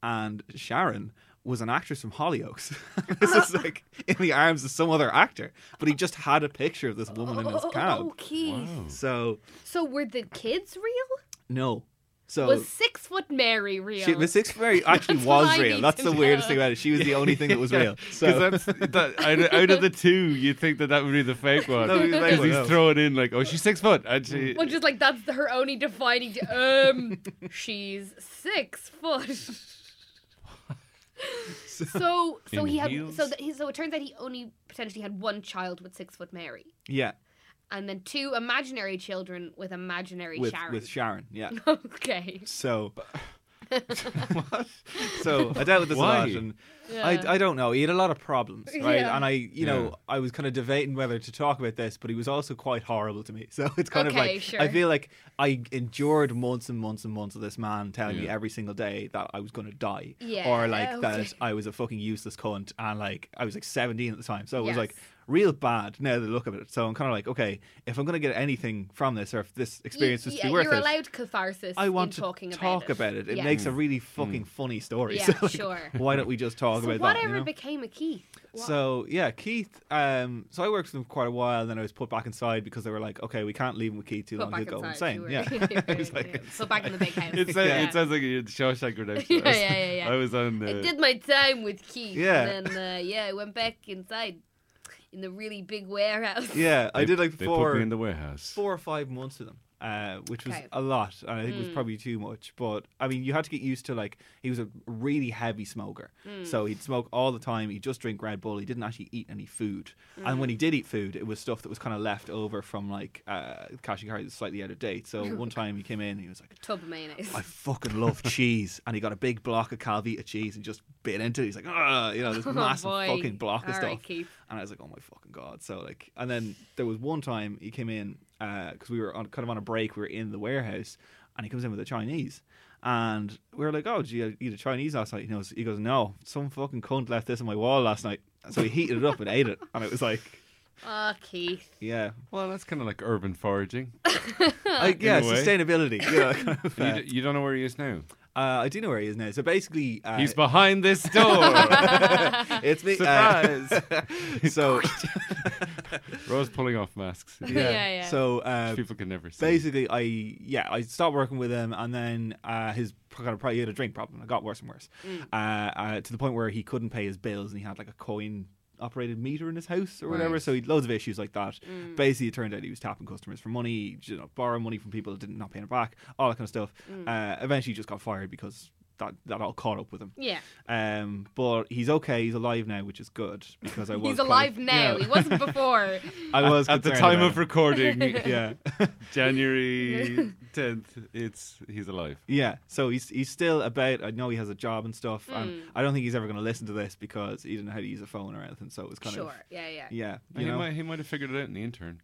Speaker 4: and Sharon. Was an actress from Hollyoaks. this is like in the arms of some other actor, but he just had a picture of this woman in his
Speaker 2: Oh,
Speaker 4: cab.
Speaker 2: Keith.
Speaker 1: Wow.
Speaker 4: So
Speaker 2: So were the kids real?
Speaker 4: No. So
Speaker 2: was six foot Mary real?
Speaker 4: she, the sixth Mary actually
Speaker 2: That's what
Speaker 4: was
Speaker 2: I
Speaker 4: real.
Speaker 2: need
Speaker 4: That's
Speaker 2: to
Speaker 4: the weirdest
Speaker 2: know.
Speaker 4: thing about it. She was the only thing that was real. So
Speaker 1: Because that's that, out, of, out of the two, you think that that would be the fake one.
Speaker 4: That would be the fake
Speaker 1: Because
Speaker 4: one,
Speaker 1: he's
Speaker 4: no. Mm.
Speaker 1: throwing in like, oh, she's six foot, and she.
Speaker 2: well, just like that's her only defining. De- um, she's six foot. so, so
Speaker 1: In
Speaker 2: he had
Speaker 1: heels?
Speaker 2: so that he, so it turns out he only potentially had one child with six foot Mary,
Speaker 4: yeah,
Speaker 2: and then two imaginary children with imaginary
Speaker 4: with
Speaker 2: Sharon.
Speaker 4: with Sharon. Yeah.
Speaker 2: okay.
Speaker 4: So. So I dealt with this a
Speaker 1: Why?
Speaker 4: lot, and
Speaker 2: Yeah.
Speaker 4: I, I don't know. He had a lot of problems, right?
Speaker 2: Yeah.
Speaker 4: And I, you
Speaker 1: Yeah.
Speaker 4: know, I was kind of debating whether to talk about this, but he was also quite horrible to me. So it's kind of
Speaker 2: Okay,
Speaker 4: like
Speaker 2: sure.
Speaker 4: I feel like I endured months and months and months of this man telling me
Speaker 1: Yeah.
Speaker 4: every single day that I was going to die,
Speaker 2: Yeah,
Speaker 4: or like that
Speaker 2: okay.
Speaker 4: I was a fucking useless cunt, and like I was like 17 at the time, so it was
Speaker 2: Yes.
Speaker 4: like real bad. Now the look of it, so I'm kind of like, okay, if I'm going to get anything from this, or if this experience
Speaker 2: you,
Speaker 4: is
Speaker 2: yeah,
Speaker 4: to be worth
Speaker 2: you're
Speaker 4: it,
Speaker 2: allowed catharsis.
Speaker 4: I want
Speaker 2: in
Speaker 4: to
Speaker 2: talking
Speaker 4: talk
Speaker 2: about it.
Speaker 4: about it. It
Speaker 2: Yeah.
Speaker 4: makes a really
Speaker 1: Hmm.
Speaker 4: fucking funny story.
Speaker 2: Yeah,
Speaker 4: so like,
Speaker 2: sure.
Speaker 4: Why don't we just talk
Speaker 2: So
Speaker 4: about
Speaker 2: whatever
Speaker 4: that? you know?
Speaker 2: became a key. What-
Speaker 4: So yeah, Keith. Um, so I worked with him for quite a while. Then I was put back inside because they were like, "Okay, we can't leave him with Keith too
Speaker 2: put
Speaker 4: long.
Speaker 2: back
Speaker 4: He'll go
Speaker 2: inside,
Speaker 4: insane."
Speaker 2: you
Speaker 4: Yeah,
Speaker 2: were- you were-
Speaker 4: It's like-
Speaker 2: yeah. Put back in the big house.
Speaker 1: It, sounds,
Speaker 2: yeah.
Speaker 1: it sounds like you Shawshank Redemption.
Speaker 2: Yeah, yeah, yeah, yeah.
Speaker 1: I was on
Speaker 2: I
Speaker 1: the.
Speaker 2: did my time with Keith,
Speaker 4: Yeah.
Speaker 2: and then uh, yeah, I went back inside in the really big warehouse.
Speaker 4: yeah. I
Speaker 1: they-
Speaker 4: did like
Speaker 1: they
Speaker 4: four,
Speaker 1: put me in the warehouse.
Speaker 4: four or five months of them, uh, which was
Speaker 2: Okay. Hmm.
Speaker 4: a lot. And I think it was probably too much. But I mean, you had to get used to like he was a really heavy smoker,
Speaker 2: Hmm.
Speaker 4: so he'd smoke all the time. He'd just drink Red Bull. He didn't actually eat any food. And
Speaker 2: Hmm.
Speaker 4: when he did eat food, it was stuff that was kind of left over from like uh, Kashikari that's slightly out of date. So one time he came in, he was like.
Speaker 2: Tub of mayonnaise.
Speaker 4: I fucking love cheese. And he got a big block of Calvita cheese and just bit into it. He's like, ah, you know, this massive
Speaker 2: Oh, boy.
Speaker 4: fucking block of
Speaker 2: All
Speaker 4: stuff.
Speaker 2: right, Keith.
Speaker 4: And I was like, oh my fucking God. So, like, and then there was one time he came in because we were on, kind of on a break. We were in the warehouse and he comes in with a Chinese. And we were like, oh, did you eat a Chinese last night? He goes, he goes no, some fucking cunt left this on my wall last night. So he heated it up and ate it. And it was like,
Speaker 2: Ah, Keith.
Speaker 4: yeah,
Speaker 1: Well, that's kind of like urban foraging.
Speaker 4: I, yeah,
Speaker 1: In a way.
Speaker 4: sustainability. You know, kind of,
Speaker 1: You,
Speaker 4: uh,
Speaker 1: d- you don't know where he is now.
Speaker 4: uh, I do know where he is now. So basically, uh,
Speaker 1: He's behind this door.
Speaker 4: it's me. uh,
Speaker 1: Surprise!
Speaker 4: so
Speaker 1: Rose pulling off masks.
Speaker 2: Yeah, yeah.
Speaker 4: So uh,
Speaker 1: People can never see.
Speaker 4: basically, I yeah, I stopped working with him, and then uh, his kind of probably had a drink problem. It got worse and worse,
Speaker 2: Mm.
Speaker 4: uh, uh, to the point where he couldn't pay his bills, and he had like a coin. Operated meter in his house or whatever,
Speaker 1: Right.
Speaker 4: so he had loads of issues like that.
Speaker 2: Mm.
Speaker 4: Basically, it turned out he was tapping customers for money, you know, borrowing money from people that didn't not paying it back, all that kind of stuff.
Speaker 2: Mm.
Speaker 4: Uh, eventually, he just got fired because that that all caught up with him.
Speaker 2: Yeah,
Speaker 4: Um, but he's okay, he's alive now, which is good because I was
Speaker 2: he's
Speaker 4: kind of-
Speaker 2: alive now.
Speaker 4: Yeah.
Speaker 2: He wasn't before.
Speaker 4: I was
Speaker 1: at the
Speaker 4: concerned
Speaker 1: time
Speaker 4: about
Speaker 1: of recording,
Speaker 4: him. yeah.
Speaker 1: January tenth, it's he's alive.
Speaker 4: Yeah, so he's he's still about. I know he has a job and stuff,
Speaker 2: Mm.
Speaker 4: and I don't think he's ever going to listen to this because he didn't know how to use a phone or anything. So it was kind
Speaker 2: sure.
Speaker 4: of
Speaker 2: Yeah, yeah.
Speaker 4: yeah.
Speaker 1: He
Speaker 4: You know? Um,
Speaker 1: might he might have figured it out in the intern.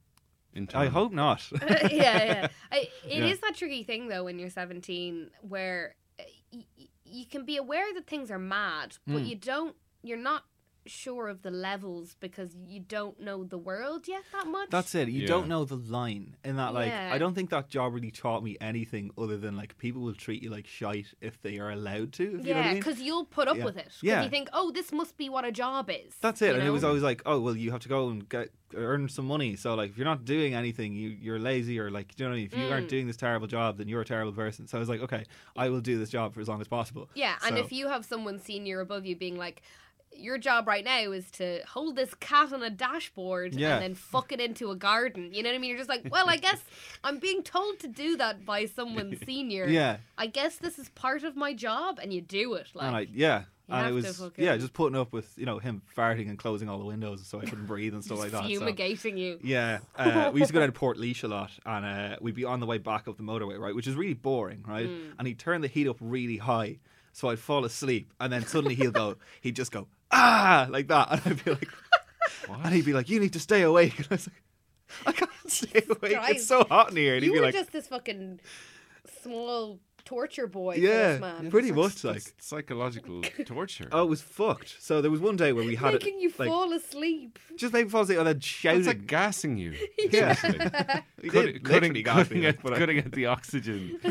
Speaker 1: intern.
Speaker 4: I hope not.
Speaker 2: yeah, yeah. I, it is
Speaker 4: Yeah.
Speaker 2: that tricky thing though when you're 17, where uh, y- y- you can be aware that things are mad,
Speaker 4: Hmm.
Speaker 2: but you don't. You're not sure of the levels because you don't know the world yet that much.
Speaker 4: That's it. You
Speaker 1: Yeah.
Speaker 4: don't know the line in that. Like,
Speaker 2: Yeah.
Speaker 4: I don't think that job really taught me anything other than like people will treat you like shite if they are allowed to. If you know what I
Speaker 2: yeah,
Speaker 4: mean?
Speaker 2: because you'll put up
Speaker 4: Yeah.
Speaker 2: with it. Because
Speaker 4: Yeah.
Speaker 2: you think, oh, this must be what a job is.
Speaker 4: That's it.
Speaker 2: you
Speaker 4: and it
Speaker 2: know?
Speaker 4: was always like, oh well, you have to go and get earn some money. So like, if you're not doing anything, you you're lazy or like, you know, what I mean? if you
Speaker 2: Mm.
Speaker 4: aren't doing this terrible job, then you're a terrible person. So I was like, okay, I will do this job for as long as possible.
Speaker 2: Yeah, and
Speaker 4: So-
Speaker 2: if you have someone senior above you being like, your job right now is to hold this cat on a dashboard
Speaker 4: Yeah.
Speaker 2: and then fuck it into a garden. You know what I mean? You're just like, well, I guess I'm being told to do that by someone senior.
Speaker 4: Yeah.
Speaker 2: I guess this is part of my job, and you do it. Like,
Speaker 4: and I, yeah, and it
Speaker 2: have to
Speaker 4: was
Speaker 2: fucking-
Speaker 4: yeah, just putting up with you know him farting and closing all the windows so I couldn't breathe and stuff like that. so-
Speaker 2: fumigating you.
Speaker 4: Yeah, uh, we used to go down to Port Leash a lot, and uh, we'd be on the way back up the motorway, right, which is really boring, right?
Speaker 2: Hmm.
Speaker 4: And he'd turn the heat up really high, so I'd fall asleep, and then suddenly he'll go, he'd just go ah like that, and I'd be like, and he'd be like, you need to stay awake, and I was like, I can't stay awake, it's
Speaker 2: Christ.
Speaker 4: so hot in here, and he'd
Speaker 2: You
Speaker 4: be
Speaker 2: were
Speaker 4: like,
Speaker 2: just this fucking small torture boy. for
Speaker 4: yeah,
Speaker 2: this man.
Speaker 4: pretty much like.
Speaker 1: It's psychological torture.
Speaker 4: Oh, it was fucked. So there was one day where we had
Speaker 2: making
Speaker 4: it,
Speaker 2: you
Speaker 4: like,
Speaker 2: fall asleep.
Speaker 4: just made me fall asleep and then shouting.
Speaker 1: it's like gassing you.
Speaker 4: Yeah.
Speaker 1: essentially.
Speaker 4: He
Speaker 1: Cut-
Speaker 4: did
Speaker 1: cutting,
Speaker 4: literally got
Speaker 1: cutting,
Speaker 4: me,
Speaker 1: at,
Speaker 4: like, but I-
Speaker 1: cutting at the oxygen,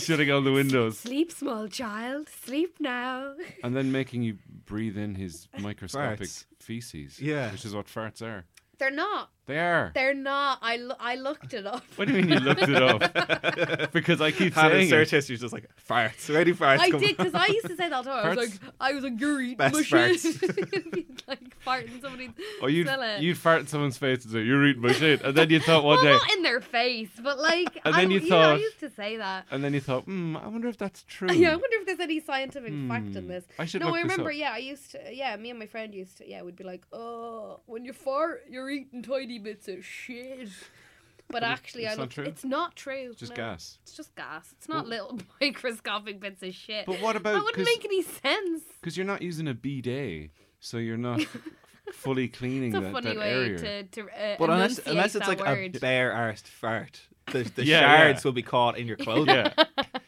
Speaker 1: shutting all the windows,
Speaker 5: Sleep, small child. Sleep now.
Speaker 1: and then making you breathe in his microscopic
Speaker 4: Farts.
Speaker 1: feces.
Speaker 4: Yeah.
Speaker 1: which is what farts are.
Speaker 2: They're not.
Speaker 1: They are.
Speaker 2: They're not. I, lo- I looked it up.
Speaker 1: What do you mean you looked it up? because I keep
Speaker 4: Hannah's
Speaker 1: saying
Speaker 4: search
Speaker 1: it.
Speaker 4: history's just like farts. Ready farts?
Speaker 2: I
Speaker 4: come
Speaker 2: did
Speaker 4: on."
Speaker 2: because I used to say that all the time. I was
Speaker 1: Farts.
Speaker 2: like, I was like, you're eating
Speaker 4: Best
Speaker 2: mushrooms.
Speaker 4: farts.
Speaker 2: It'd be like farting somebody.
Speaker 1: Or Oh, you'd
Speaker 2: Sell it.
Speaker 1: you'd fart in someone's face and say you're eating my shit, and then you thought one
Speaker 2: well,
Speaker 1: day,
Speaker 2: not in their face, but like,
Speaker 1: And
Speaker 2: I,
Speaker 1: then you
Speaker 2: you know, I
Speaker 1: thought-
Speaker 2: used to say that.
Speaker 1: and then you thought, hmm, I wonder if that's true.
Speaker 2: Yeah, I wonder if there's any scientific fact in
Speaker 1: Hmm.
Speaker 2: this.
Speaker 1: I should
Speaker 2: no,
Speaker 1: look
Speaker 2: I
Speaker 1: this
Speaker 2: remember.
Speaker 1: up.
Speaker 2: Yeah, I used to. Yeah, me and my friend used to. Yeah, we'd be like, "Oh, when you fart, you're eating tiny bits of shit." But actually,
Speaker 1: it's
Speaker 2: I
Speaker 1: not
Speaker 2: looked,
Speaker 1: true?
Speaker 2: it's not true.
Speaker 1: Just
Speaker 2: no.
Speaker 1: gas.
Speaker 2: It's just gas. It's not little microscopic bits of shit.
Speaker 1: But what about
Speaker 2: that wouldn't
Speaker 1: because
Speaker 2: make any sense.
Speaker 1: you're not using a bidet, so you're not fully cleaning
Speaker 2: It's a
Speaker 1: that,
Speaker 2: funny
Speaker 1: that
Speaker 2: way
Speaker 1: area.
Speaker 2: to to uh,
Speaker 4: But unless
Speaker 2: enunciate
Speaker 4: unless it's
Speaker 2: that
Speaker 4: like
Speaker 2: word.
Speaker 4: a bare arsed fart, the, the
Speaker 1: Yeah,
Speaker 4: shards
Speaker 1: yeah.
Speaker 4: will be caught in your clothes.
Speaker 1: Yeah.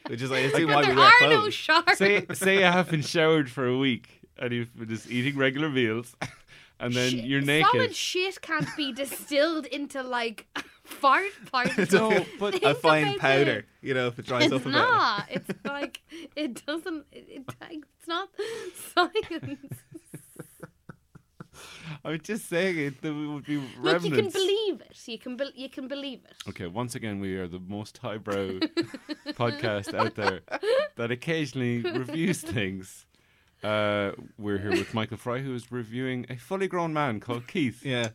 Speaker 4: Which is like, it's too
Speaker 2: but
Speaker 4: wide
Speaker 2: there
Speaker 4: we wear
Speaker 2: are no
Speaker 4: clothes.
Speaker 2: sharks.
Speaker 1: say say you haven't showered for a week and you've been just eating regular meals, and then
Speaker 2: Shit-
Speaker 1: you're naked.
Speaker 2: Solid shit can't be distilled into like fart particles.
Speaker 1: no, but
Speaker 2: Think
Speaker 4: a fine
Speaker 2: about
Speaker 4: powder, you know, if it dries
Speaker 2: It.
Speaker 4: up
Speaker 2: It's
Speaker 4: a
Speaker 2: not. It's like it doesn't. It, it, it's not science.
Speaker 1: I'm just saying it. There would be remnants.
Speaker 2: Look, you can believe it. You can. Be, you can believe it.
Speaker 1: Okay, once again, we are the most highbrow podcast out there that occasionally reviews things. Uh, we're here with Michael Fry, who is reviewing a fully grown man called Keith.
Speaker 4: bit.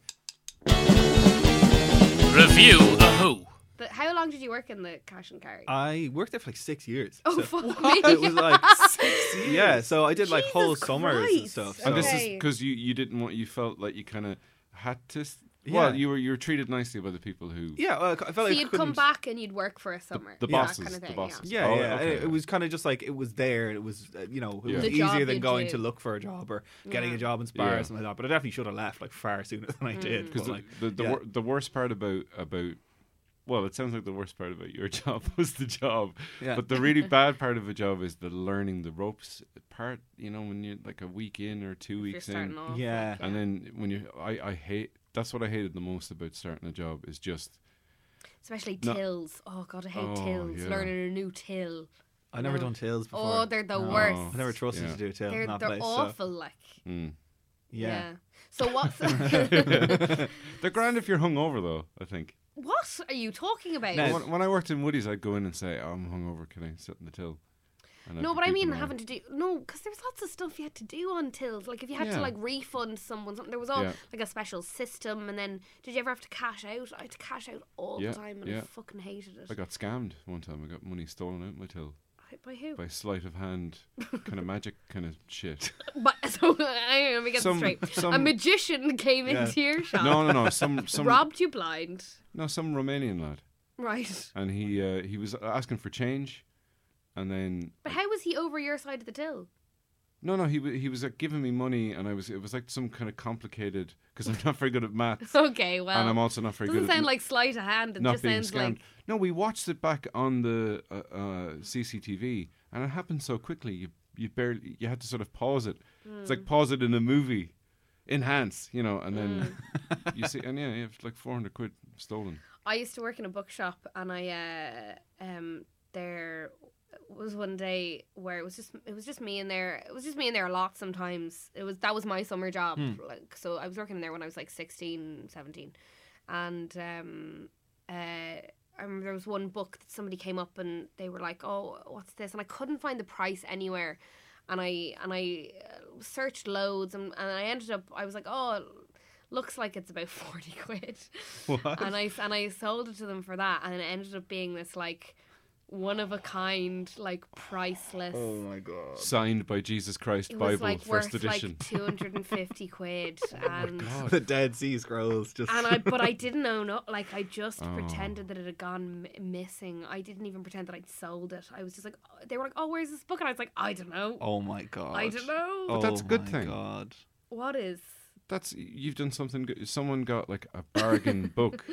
Speaker 4: Yeah.
Speaker 3: Review a who.
Speaker 2: But how long did you work in the cash and carry?
Speaker 4: I worked there for like six years.
Speaker 2: oh
Speaker 4: Uh, so
Speaker 2: fuck me!
Speaker 4: it was like six years. Yeah, so I did like
Speaker 2: Jesus
Speaker 4: whole summers and
Speaker 2: Christ.
Speaker 4: stuff. So.
Speaker 1: And this is
Speaker 2: Okay.
Speaker 1: because you, you didn't want you felt like you kind of had to. s-
Speaker 4: Yeah.
Speaker 1: Well, you were you were treated nicely by the people who
Speaker 4: yeah, well, I felt
Speaker 2: so
Speaker 4: like I
Speaker 2: you'd come
Speaker 4: couldn't-
Speaker 2: back and you'd work for a summer.
Speaker 1: the
Speaker 2: that
Speaker 1: bosses,
Speaker 2: kind of
Speaker 1: the
Speaker 2: thing,
Speaker 1: bosses.
Speaker 4: Yeah,
Speaker 1: Oh,
Speaker 4: yeah.
Speaker 1: okay,
Speaker 4: It,
Speaker 1: yeah.
Speaker 4: it was kind of just like it was there. It was, uh, you know, it
Speaker 1: Yeah.
Speaker 4: was
Speaker 1: The
Speaker 2: job
Speaker 4: easier than
Speaker 2: you
Speaker 4: going
Speaker 2: do.
Speaker 4: to look for a job or getting
Speaker 2: Yeah.
Speaker 4: a job in Spire
Speaker 1: Yeah.
Speaker 4: or something like that. But I definitely should have left like far sooner than I
Speaker 2: Mm.
Speaker 4: did.
Speaker 1: Because
Speaker 4: But,
Speaker 1: the,
Speaker 4: like,
Speaker 1: the, the,
Speaker 4: yeah.
Speaker 1: wor- the worst part about about well, it sounds like the worst part about your job was the job,
Speaker 4: Yeah.
Speaker 1: but the really bad part of a job is the learning the ropes part. You know, when you're like a week in or two
Speaker 2: Yeah. If You're
Speaker 1: weeks
Speaker 2: starting
Speaker 1: in,
Speaker 2: off.
Speaker 4: Yeah.
Speaker 2: like,
Speaker 1: and then when you, I, I hate. That's what I hated the most about starting a job is just
Speaker 2: Especially
Speaker 1: No.
Speaker 2: tills. Oh god, I hate
Speaker 1: Oh,
Speaker 2: tills.
Speaker 1: yeah.
Speaker 2: Learning a new till.
Speaker 4: I never
Speaker 2: No.
Speaker 4: done tills before.
Speaker 2: Oh, they're the
Speaker 1: No.
Speaker 2: worst.
Speaker 4: I never trusted
Speaker 1: Yeah.
Speaker 4: to do a till
Speaker 2: They're,
Speaker 4: in that
Speaker 2: they're
Speaker 4: place.
Speaker 2: awful,
Speaker 4: So,
Speaker 2: like.
Speaker 1: mm.
Speaker 4: yeah.
Speaker 2: So what's
Speaker 1: they're grand if you're hungover though. I think
Speaker 2: what are you talking about?
Speaker 4: No,
Speaker 2: No,
Speaker 1: when, when I worked in Woody's, I'd go in and say, oh, "I'm hungover, can I sit in the till?" And I'd be
Speaker 2: but I
Speaker 1: creeping
Speaker 2: mean
Speaker 1: away.
Speaker 2: having to do no, because there was lots of stuff you had to do on tills. Like if you had
Speaker 1: Yeah.
Speaker 2: to like refund someone, something, there was all
Speaker 1: Yeah.
Speaker 2: like a special system. And then did you ever have to cash out? I had to cash out all
Speaker 1: Yeah,
Speaker 2: the time, and
Speaker 1: yeah.
Speaker 2: I fucking hated it.
Speaker 1: I got scammed one time. I got money stolen out my till.
Speaker 2: By- By who?
Speaker 1: by sleight of hand kind of magic kind of shit.
Speaker 2: But so I let me get
Speaker 1: Some-
Speaker 2: this straight. a
Speaker 1: some-
Speaker 2: magician came
Speaker 4: Yeah.
Speaker 2: into your shop,
Speaker 1: No, no, no. Some some
Speaker 2: robbed you blind,
Speaker 1: no some Romanian lad,
Speaker 2: right?
Speaker 1: and he uh, he was asking for change, and then
Speaker 2: But how was he over your side of the till?
Speaker 1: no, no, he wa- he was like, giving me money, and I was it was like some kind of complicated because I'm not very good at maths,
Speaker 2: Okay, well,
Speaker 1: and I'm also not very
Speaker 2: doesn't
Speaker 1: good at
Speaker 2: sound like sleight of hand. It
Speaker 1: not
Speaker 2: just
Speaker 1: being
Speaker 2: sounds
Speaker 1: scammed.
Speaker 2: like
Speaker 1: No, we watched it back on the uh, uh, CCTV, and it happened so quickly. You you barely you had to sort of pause it. It's
Speaker 2: Mm.
Speaker 1: like pause it in a movie, enhance, you know, and then
Speaker 2: Mm.
Speaker 1: you see, and yeah, you have like four hundred quid stolen.
Speaker 2: I used to work in a bookshop, and I uh, um, there was one day where it was just it was just me in there. It was just me in there a lot. Sometimes it was that was my summer job. Like so, I was working in there when I was like 16, 17. and um, uh, I remember there was one book that somebody came up and they were like, "Oh, what's this?" and I couldn't find the price anywhere, and I and I uh, searched loads, and, and I ended up I was like, "Oh." it Looks like it's about forty quid,
Speaker 4: What?
Speaker 2: and I and I sold it to them for that, and it ended up being this like one of a kind, like priceless.
Speaker 1: Oh
Speaker 4: my god.
Speaker 1: Signed by Jesus Christ
Speaker 2: it
Speaker 1: Bible,
Speaker 2: was like
Speaker 1: first
Speaker 2: worth
Speaker 1: edition. Oh
Speaker 2: like two hundred and fifty quid,
Speaker 4: Oh
Speaker 2: and
Speaker 4: The Dead Sea Scrolls just.
Speaker 2: and I but I didn't own up. Like I just
Speaker 1: Oh.
Speaker 2: pretended that it had gone m- missing. I didn't even pretend that I'd sold it. I was just like, oh, they were like, "Oh, where's this book?" And I was like, "I don't know.
Speaker 4: oh my god. Oh
Speaker 2: I don't know.
Speaker 1: But that's a good
Speaker 4: my
Speaker 1: thing.
Speaker 4: God.
Speaker 2: What is?"
Speaker 1: That's you've done something. good. Someone got like a bargain book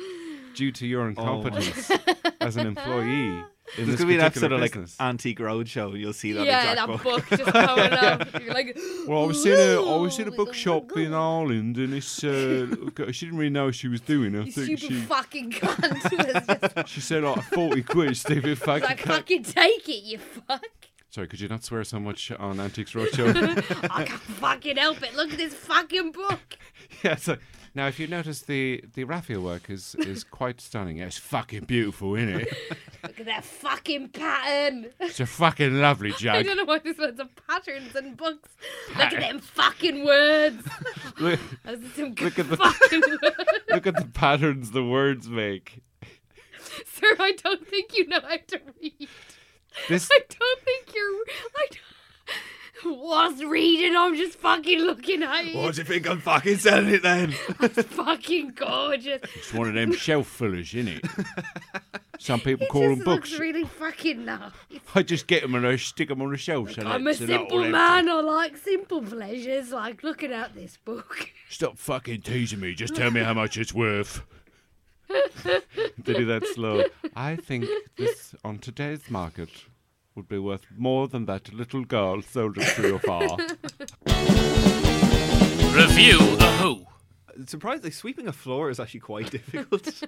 Speaker 1: due to your incompetence as an employee. In
Speaker 4: Oh There's
Speaker 1: this
Speaker 4: gonna be an episode
Speaker 1: particular
Speaker 4: of like
Speaker 1: business.
Speaker 4: Antique Roadshow, and you'll see that
Speaker 2: yeah,
Speaker 4: exact
Speaker 2: that
Speaker 4: book.
Speaker 2: book. just coming up. You're like,
Speaker 1: Well, I was in a, I
Speaker 2: "Ooh,
Speaker 1: was in a
Speaker 2: we gonna
Speaker 1: bookshop
Speaker 2: go."
Speaker 1: in Ireland, and it's uh, she didn't really know what she was doing. I
Speaker 2: You
Speaker 1: think
Speaker 2: stupid
Speaker 1: she
Speaker 2: fucking cunt. It's just
Speaker 1: she said like forty quid, stupid fucking.
Speaker 2: like,
Speaker 1: cunt.
Speaker 2: fucking take it, you fuck.
Speaker 1: Sorry, could you not swear so much on Antiques Roadshow?
Speaker 2: I can't fucking help it. Look at this fucking book.
Speaker 1: yeah, it's like Now, if you notice, the the Raphael work is is quite stunning. It's fucking beautiful, isn't it?
Speaker 2: Look at that fucking pattern.
Speaker 1: It's a fucking lovely
Speaker 2: I
Speaker 1: jug.
Speaker 2: don't know why there's loads of patterns and books. Look at them fucking words.
Speaker 1: Look,
Speaker 2: As if some
Speaker 1: Look at the-
Speaker 2: fucking word.
Speaker 1: look at the patterns the words make.
Speaker 2: Sir, I don't think you know how to read.
Speaker 1: This
Speaker 2: I don't think you're. I don't- was reading. I'm just fucking looking at you.
Speaker 4: What do you think I'm fucking selling it then?
Speaker 2: It's fucking gorgeous.
Speaker 1: is one of them shelf fillers, isn't it? Some people
Speaker 2: It
Speaker 1: call them
Speaker 2: just
Speaker 1: books.
Speaker 2: looks really fucking nice.
Speaker 1: I just get them and I stick them on the shelves. and
Speaker 5: I'm a
Speaker 1: that's an
Speaker 5: simple
Speaker 1: old-
Speaker 5: man. I like simple pleasures, like looking at this book.
Speaker 1: Stop fucking teasing me. Just tell me how much it's worth. they do that slow. I think this on today's market would be worth more than that little girl sold it to your father.
Speaker 3: Review The Who.
Speaker 4: Surprisingly, sweeping a floor is actually quite difficult.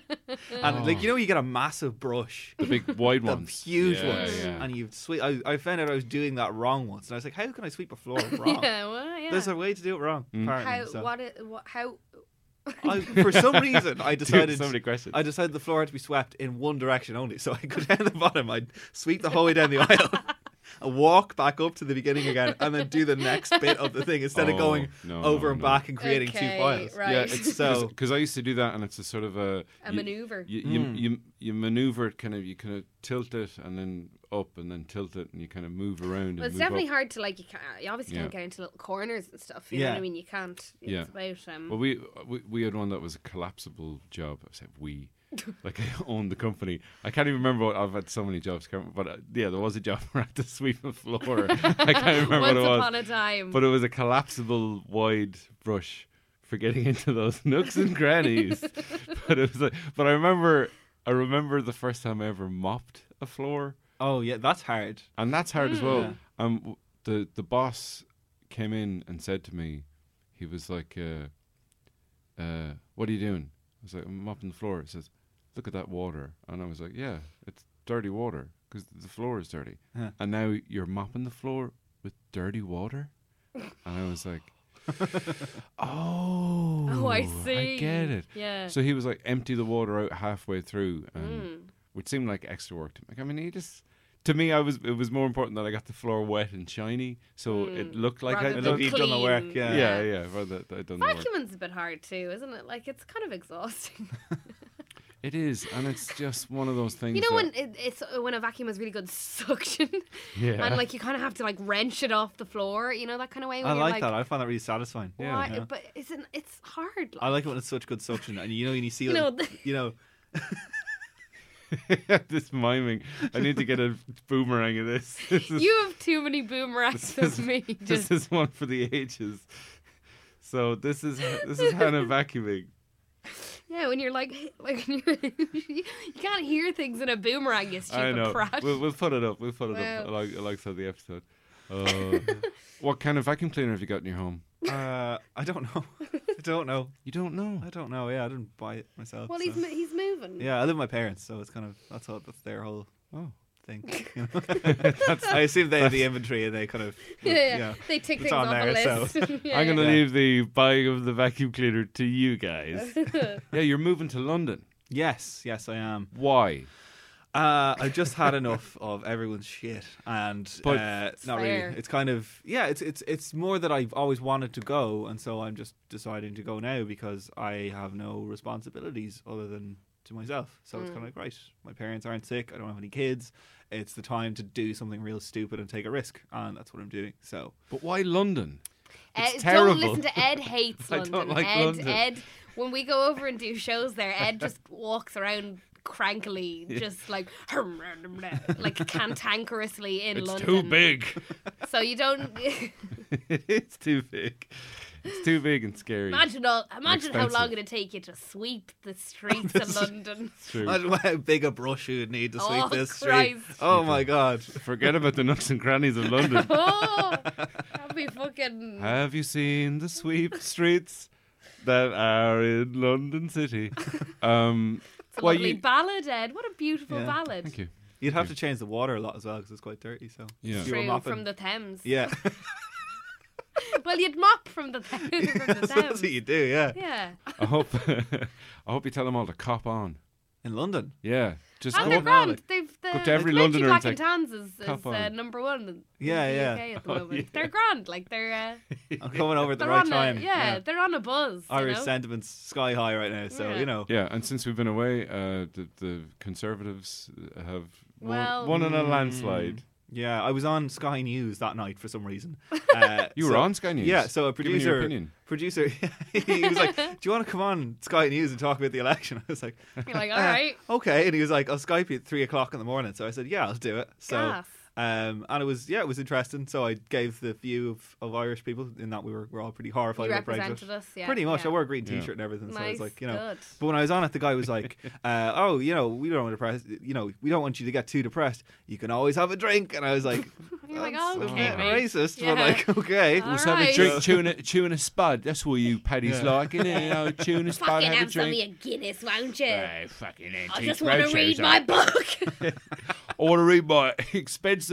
Speaker 4: and like
Speaker 2: Oh.
Speaker 4: you know, you get a massive brush.
Speaker 1: The big wide
Speaker 4: the
Speaker 1: ones.
Speaker 4: huge
Speaker 1: Yeah,
Speaker 4: ones,
Speaker 1: yeah.
Speaker 4: and you sweep. I, I found out I was doing that wrong once, and I was like, "How can I sweep a floor wrong?
Speaker 2: Yeah, well, yeah.
Speaker 4: There's a way to do it wrong."
Speaker 1: Mm.
Speaker 4: Apparently,
Speaker 2: how,
Speaker 4: so.
Speaker 2: what, it- what, how,
Speaker 4: I, for some reason, I
Speaker 1: Dude,
Speaker 4: decided
Speaker 1: so many questions.
Speaker 4: I decided the floor had to be swept in one direction only, so I go down the bottom, I'd sweep the whole way down the aisle, and walk back up to the beginning again, and then do the next bit of the thing instead of
Speaker 1: Oh,
Speaker 4: going
Speaker 1: no,
Speaker 4: over
Speaker 1: no,
Speaker 4: and
Speaker 1: no.
Speaker 4: back and creating
Speaker 2: Okay,
Speaker 4: two files.
Speaker 2: right.
Speaker 1: Yeah, it's
Speaker 4: So-
Speaker 1: so because I used to do that, and it's a sort of a
Speaker 2: a
Speaker 1: you-
Speaker 2: maneuver.
Speaker 1: You you,
Speaker 4: Mm.
Speaker 1: you you maneuver it kind of you kind of tilt it and then up and then tilt it and you kind of move around. and
Speaker 2: Well, it's
Speaker 1: move
Speaker 2: definitely
Speaker 1: up.
Speaker 2: hard to like you can't. You obviously
Speaker 1: Yeah.
Speaker 2: can't get into little corners and stuff. You know what
Speaker 4: Yeah.
Speaker 2: I mean? You can't. It's
Speaker 1: Yeah.
Speaker 2: about um.
Speaker 1: Well, we, we we had one that was a collapsible job. I said we, like I owned the company. I can't even remember what I've had so many jobs, can't- but uh, yeah, there was a job where I had to sweep a floor. I can't remember
Speaker 2: once
Speaker 1: what it was,
Speaker 2: upon a time.
Speaker 1: but it was a collapsible wide brush for getting into those nooks and grannies. but it was, like, but I remember, I remember the first time I ever mopped a floor
Speaker 4: Oh yeah, that's hard.
Speaker 1: and that's hard as well.
Speaker 4: Yeah.
Speaker 1: Um, w- the the boss came in and said to me, he was like, uh, uh, "What are you doing?" I was like, "I'm mopping the floor." He says, "Look at that water," and I was like, "Yeah, it's dirty water because the floor is dirty."
Speaker 4: Yeah.
Speaker 1: And now you're mopping the floor with dirty water, and I was like. Oh,
Speaker 2: oh, I see.
Speaker 1: I get it.
Speaker 2: Yeah. Hmm.
Speaker 1: So he was like, empty the water out halfway through, and which seemed like extra work to me. Like, I mean, he just to me, I was it was more important that I got the floor wet and shiny, so it looked like I
Speaker 2: Hmm. Rather
Speaker 1: had
Speaker 2: than
Speaker 1: done.
Speaker 4: He'd done the
Speaker 2: clean.
Speaker 4: work, yeah.
Speaker 1: Yeah, yeah, rather that I'd done the work.
Speaker 2: Vacuuming's a bit hard too, isn't it? Like it's kind of exhausting.
Speaker 1: It is, and it's just one of those things.
Speaker 2: you know
Speaker 1: that-
Speaker 2: when it, it's uh, when a vacuum has really good suction,
Speaker 1: Yeah.
Speaker 2: and like you kind of have to like wrench it off the floor. You know that kind of way. When
Speaker 4: I
Speaker 2: you're
Speaker 4: like, that. I find that really satisfying.
Speaker 2: Why?
Speaker 4: Yeah.
Speaker 2: But isn't it's hard? Like,
Speaker 4: I like it when it's such good suction, and you know, when you see,
Speaker 2: You
Speaker 4: like,
Speaker 2: know,
Speaker 4: you know,
Speaker 1: this miming, I need to get a boomerang of this. This is,
Speaker 2: you have too many boomerangs
Speaker 1: This
Speaker 2: of
Speaker 1: is-
Speaker 2: me.
Speaker 1: this
Speaker 2: Just
Speaker 1: is one for the ages. So this is this is Hannah vacuuming.
Speaker 2: yeah, when you're like like when you're, you can't hear things in a boomerang. You stupid
Speaker 1: I know.
Speaker 2: prat.
Speaker 1: We'll, we'll put it up. We'll put it up
Speaker 2: Wow.
Speaker 1: along, alongside the episode. Uh, what kind of vacuum cleaner have you got in your home?
Speaker 4: uh, I don't know, I don't know,
Speaker 1: You don't know.
Speaker 4: I don't know. Yeah, I didn't buy it myself.
Speaker 2: Well,
Speaker 4: so.
Speaker 2: he's mo- he's moving.
Speaker 4: Yeah, I live with my parents, so it's kind of that's all that's their whole
Speaker 1: Oh.
Speaker 4: thing. you know? I assume they have the inventory and they kind of
Speaker 2: yeah, yeah.
Speaker 4: yeah.
Speaker 2: They tick
Speaker 4: It's
Speaker 2: things
Speaker 4: on
Speaker 2: off a
Speaker 4: there,
Speaker 2: list.
Speaker 4: so
Speaker 2: yeah,
Speaker 1: I'm going to
Speaker 4: yeah.
Speaker 1: leave the buying of the vacuum cleaner to you guys.
Speaker 2: yeah.
Speaker 1: yeah, you're moving to London.
Speaker 4: Yes, yes, I am.
Speaker 1: Why?
Speaker 4: Uh, I've just had enough of everyone's shit, and
Speaker 1: But-
Speaker 4: uh, not
Speaker 2: Fair.
Speaker 4: really. It's kind of yeah. It's it's it's more that I've always wanted to go, and so I'm just deciding to go now because I have no responsibilities other than to myself. So it's kind
Speaker 2: Mm.
Speaker 4: of like right. My parents aren't sick. I don't have any kids. It's the time to do something real stupid and take a risk, and that's what I'm doing. So
Speaker 1: But why London?
Speaker 2: Uh,
Speaker 1: It's
Speaker 2: don't
Speaker 1: terrible.
Speaker 2: listen to Ed hates
Speaker 1: I don't
Speaker 2: London.
Speaker 1: like
Speaker 2: Ed,
Speaker 1: London.
Speaker 2: Ed, when we go over and do shows there, Ed just walks around crankily, just like like cantankerously in
Speaker 1: it's
Speaker 2: London.
Speaker 1: too big.
Speaker 2: So you don't
Speaker 1: it is too big. It's too big and scary.
Speaker 2: imagine all, imagine how long
Speaker 1: Expensive.
Speaker 2: it'd take you to sweep the streets of London.
Speaker 1: It's true.
Speaker 4: imagine how big a brush you would need to sweep
Speaker 2: Oh,
Speaker 4: this street.
Speaker 2: Christ.
Speaker 4: Oh my god.
Speaker 1: Forget about the nooks and crannies of London.
Speaker 2: Oh, that'd be fucking.
Speaker 1: Have you seen the sweep streets that are in London City? Um,
Speaker 2: It's a
Speaker 1: why
Speaker 2: lovely
Speaker 1: you-
Speaker 2: ballad, Ed. What a beautiful
Speaker 4: Yeah.
Speaker 2: ballad.
Speaker 1: thank you.
Speaker 4: You'd have to change the water a lot as well because it's quite dirty. So
Speaker 1: Yeah.
Speaker 4: You were
Speaker 2: True,
Speaker 4: mopping.
Speaker 2: from the Thames.
Speaker 4: yeah,
Speaker 2: Well,
Speaker 5: well, you'd mop from the, from the
Speaker 4: That's what
Speaker 5: Thames.
Speaker 4: you do, yeah.
Speaker 5: Yeah.
Speaker 1: I hope I hope you tell them all to cop on.
Speaker 4: In London.
Speaker 1: Yeah, just
Speaker 5: And
Speaker 1: go
Speaker 5: they're
Speaker 1: up-
Speaker 4: Ronaldo.
Speaker 5: grand. They've the
Speaker 1: Go to every
Speaker 5: the
Speaker 1: Londoner and
Speaker 5: Black
Speaker 1: say,
Speaker 5: and Tans is, is
Speaker 1: "Cup
Speaker 5: uh,
Speaker 1: on."
Speaker 5: number one. In
Speaker 4: Yeah,
Speaker 5: the
Speaker 4: yeah.
Speaker 5: UK at the
Speaker 1: Oh,
Speaker 5: moment.
Speaker 1: yeah.
Speaker 5: They're grand. Like they're uh,
Speaker 4: I'm coming over at the
Speaker 5: they're
Speaker 4: right
Speaker 5: on
Speaker 4: time.
Speaker 5: a yeah, They're on a buzz. you
Speaker 4: Irish
Speaker 5: know?
Speaker 4: sentiments sky high right now, so
Speaker 5: Yeah.
Speaker 4: you know.
Speaker 1: Yeah, and since we've been away, uh, the, the Conservatives have won,
Speaker 5: Well-
Speaker 1: won in a landslide.
Speaker 4: Yeah, I was on Sky News that night for some reason. Uh,
Speaker 1: You were
Speaker 4: so-
Speaker 1: on Sky News.
Speaker 4: Yeah, so a
Speaker 1: Give me your
Speaker 4: producer,
Speaker 1: opinion.
Speaker 4: producer, he was like, "Do you want to come on Sky News and talk about the election?" I was like,
Speaker 5: You're like, all
Speaker 4: "Uh,
Speaker 5: right.
Speaker 4: okay." And he was like, "I'll Skype you at three o'clock in the morning." So I said, "Yeah, I'll do it." So,
Speaker 5: Gaff.
Speaker 4: um, and it was yeah, it was interesting. So I gave the view of, of Irish people in that we were, were all pretty horrified
Speaker 5: You
Speaker 4: about
Speaker 5: represented
Speaker 4: Brexit.
Speaker 5: us, yeah,
Speaker 4: pretty much.
Speaker 5: yeah.
Speaker 4: I wore a green
Speaker 1: Yeah.
Speaker 4: T-shirt and everything, so I
Speaker 5: Nice.
Speaker 4: was like, you know.
Speaker 5: good.
Speaker 4: But when I was on it, the guy was like, uh, "Oh, you know, we don't want to depress. You know, we don't want you to get too depressed. You can always have a drink." And I was like,
Speaker 5: You're like,
Speaker 4: "That's a
Speaker 5: "Okay,
Speaker 4: bit
Speaker 5: mate."
Speaker 4: racist."
Speaker 5: Yeah.
Speaker 4: But like, okay,
Speaker 5: All
Speaker 1: Let's have a
Speaker 5: right.
Speaker 1: drink, chewing a, chewing a spud. That's what you paddies like, innit? You know, chewing a spud,
Speaker 2: Fucking
Speaker 1: have a
Speaker 2: have some of
Speaker 1: drink.
Speaker 2: your Guinness, won't you?
Speaker 1: Hey, fucking
Speaker 2: I
Speaker 1: antique
Speaker 2: just want to
Speaker 1: roadshows
Speaker 2: read
Speaker 1: are-
Speaker 2: my book.
Speaker 1: I want to read my expensive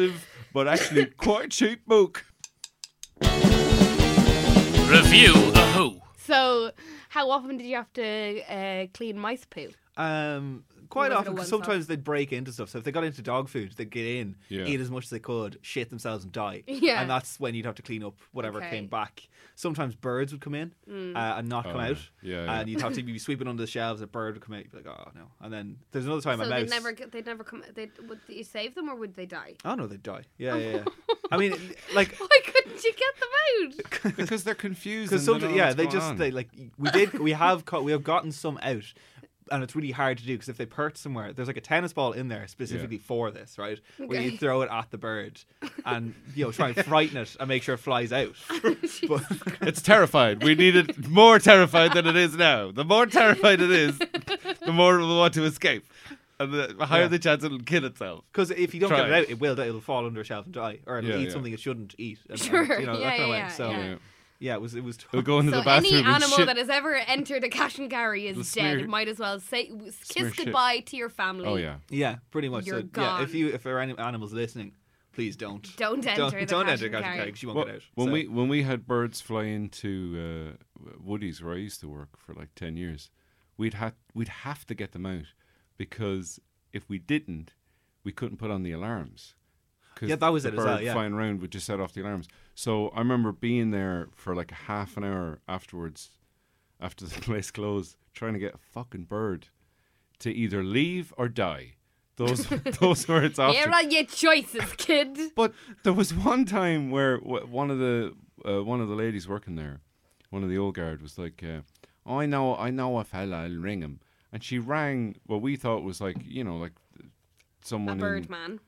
Speaker 1: but actually quite cheap book.
Speaker 3: Review the Who.
Speaker 5: So, how often did you have to uh, clean mice poo?
Speaker 4: um, quite
Speaker 5: Was it a
Speaker 4: often, 'cause
Speaker 5: one-stop?
Speaker 4: sometimes they'd break into stuff. So if they got into dog food, they'd get in,
Speaker 1: Yeah.
Speaker 4: eat as much as they could, shit themselves, and die.
Speaker 5: Yeah.
Speaker 4: and that's when you'd have to clean up whatever
Speaker 5: Okay. Mm.
Speaker 4: came back. Sometimes birds would come in uh, and not
Speaker 1: Oh,
Speaker 4: come out.
Speaker 1: yeah, yeah.
Speaker 4: and you'd have to be sweeping under the shelves. A bird would come out, you'd be like, "Oh no!" And then there's another time
Speaker 5: So
Speaker 4: a
Speaker 5: they
Speaker 4: mouse.
Speaker 5: would never, g- they'd never come. They would you save them or would they die?
Speaker 4: Oh no, they'd die. Yeah, yeah, yeah. I mean, like
Speaker 5: Why couldn't you get them out?
Speaker 1: Because they're confused.
Speaker 4: because
Speaker 1: and they don't
Speaker 4: sometimes
Speaker 1: know
Speaker 4: yeah
Speaker 1: what's
Speaker 4: they
Speaker 1: going
Speaker 4: just
Speaker 1: on.
Speaker 4: they like we did we have caught we have gotten some out and it's really hard to do because if they perch somewhere there's like a tennis ball in there specifically for this right where you
Speaker 5: Okay.
Speaker 4: throw it at the bird and you know try and frighten it and make sure it flies out
Speaker 5: Oh,
Speaker 4: but
Speaker 1: It's terrified. We need it more terrified than it is now. The more terrified it is, the more it will want to escape. And the higher
Speaker 4: Yeah.
Speaker 1: the chance it'll kill itself.
Speaker 4: because if you don't get it
Speaker 1: Try.
Speaker 4: out it will die, it'll fall under a shelf and die or it'll
Speaker 1: Yeah,
Speaker 4: eat
Speaker 1: yeah.
Speaker 4: something it shouldn't eat and- and,
Speaker 5: Sure.
Speaker 4: you know
Speaker 5: Yeah,
Speaker 4: that kind of
Speaker 5: yeah,
Speaker 4: way
Speaker 5: yeah,
Speaker 4: so
Speaker 5: yeah.
Speaker 4: yeah. it was it was
Speaker 1: It'll go into
Speaker 5: so
Speaker 1: the bathroom
Speaker 5: any
Speaker 1: and
Speaker 5: animal
Speaker 1: shit.
Speaker 5: that has ever entered a cash and carry is
Speaker 1: The
Speaker 5: dead.
Speaker 1: smear-
Speaker 5: Might as well say w-
Speaker 1: Smear
Speaker 5: kiss
Speaker 1: shit.
Speaker 5: goodbye to your family.
Speaker 1: oh yeah.
Speaker 4: yeah pretty much
Speaker 5: You're
Speaker 4: so, yeah if
Speaker 5: gone.
Speaker 4: you if there are any animals listening please don't
Speaker 5: Don't enter the
Speaker 4: don't
Speaker 5: cash
Speaker 4: enter
Speaker 5: and
Speaker 4: cash and
Speaker 5: carry.
Speaker 4: carry 'cause you won't
Speaker 1: Well,
Speaker 4: get out
Speaker 1: when
Speaker 4: So-
Speaker 1: we when we had birds fly into uh, Woody's where I used to work for like ten years, we'd had we'd have to get them out because if we didn't, we couldn't put on the alarms. 'Cause
Speaker 4: Yeah, that was
Speaker 1: the
Speaker 4: it as
Speaker 1: bird
Speaker 4: well, yeah.
Speaker 1: flying around would just set off the alarms. So I remember being there for like a half an hour afterwards, after the place closed, trying to get a fucking bird to either leave or die. Those those were its options.
Speaker 5: Here are your choices, kid.
Speaker 1: But there was one time where w- one of the uh, one of the ladies working there, one of the old guard, was like, uh, "I know, I know a fella. I'll ring him." And she rang what we thought was like, you know, like
Speaker 5: a
Speaker 1: someone.
Speaker 5: bird
Speaker 1: in-
Speaker 5: man.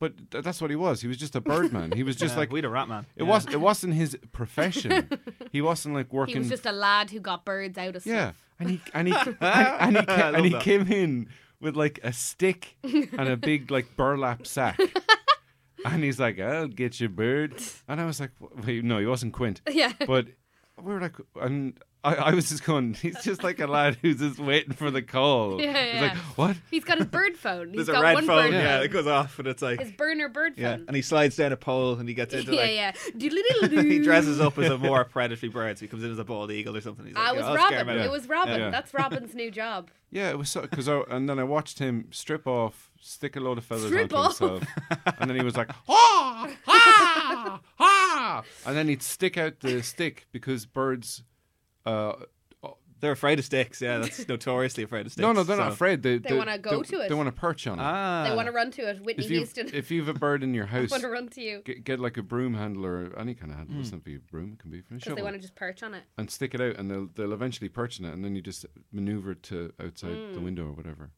Speaker 1: But th- that's what he was. He was just a birdman. He was just
Speaker 4: Yeah,
Speaker 1: like
Speaker 4: we'd a rat man
Speaker 1: it
Speaker 4: Yeah.
Speaker 1: was. It wasn't his profession. he wasn't like working.
Speaker 5: He was just a lad who got birds out of
Speaker 1: yeah,
Speaker 5: stuff.
Speaker 1: and he and he and he, ca-
Speaker 4: love
Speaker 1: and he
Speaker 4: that.
Speaker 1: came in with like a stick and a big like burlap sack. And he's like, "I'll get you, bird." And I was like, "Wh- "Wait, no, he wasn't Quint."
Speaker 5: Yeah.
Speaker 1: But we were like, and I, I was just going, "He's just like a lad who's just waiting for the call."
Speaker 5: Yeah,
Speaker 1: He's
Speaker 5: yeah.
Speaker 1: like, "What?"
Speaker 5: He's got his bird phone. He's
Speaker 4: There's
Speaker 5: got
Speaker 4: a red
Speaker 5: one
Speaker 4: phone,
Speaker 5: bird
Speaker 4: yeah,
Speaker 5: phone.
Speaker 4: it goes off, and it's like,
Speaker 5: His burner bird
Speaker 4: yeah,
Speaker 5: phone.
Speaker 4: and he slides down a pole, and he gets into
Speaker 5: yeah,
Speaker 4: like,
Speaker 5: yeah.
Speaker 4: he dresses up as a more predatory bird, so he comes in as a bald eagle or something. He's like, "Oh,
Speaker 5: I was
Speaker 4: "Yeah, I'll scare
Speaker 5: Robin.
Speaker 4: him out."
Speaker 5: It was Robin.
Speaker 1: Yeah.
Speaker 5: That's Robin's new job.
Speaker 1: Yeah, it was so because I and then I watched him strip off, stick a load of feathers
Speaker 5: Strip
Speaker 1: onto
Speaker 5: off?
Speaker 1: himself, and then he was like, ah, ah, ah, and then he'd stick out the stick because birds. Uh,
Speaker 4: They're afraid of sticks. Yeah, that's notoriously afraid of sticks.
Speaker 1: no, no, they're not
Speaker 4: so-
Speaker 1: afraid. They,
Speaker 5: They wanna go to it.
Speaker 1: They want to perch on it.
Speaker 4: Ah,
Speaker 5: They want to run to it. Whitney
Speaker 1: if you
Speaker 5: Houston.
Speaker 1: if you have a bird in your house,
Speaker 5: want to run to you
Speaker 1: get, get like a broom handle or any kind of handle. It's not be a broom; it can be from a
Speaker 5: because they
Speaker 1: shovel,
Speaker 5: want to just perch on it.
Speaker 1: and stick it out, and they'll they'll eventually perch on it, and then you just maneuver it to outside
Speaker 5: Mm.
Speaker 1: the window or whatever,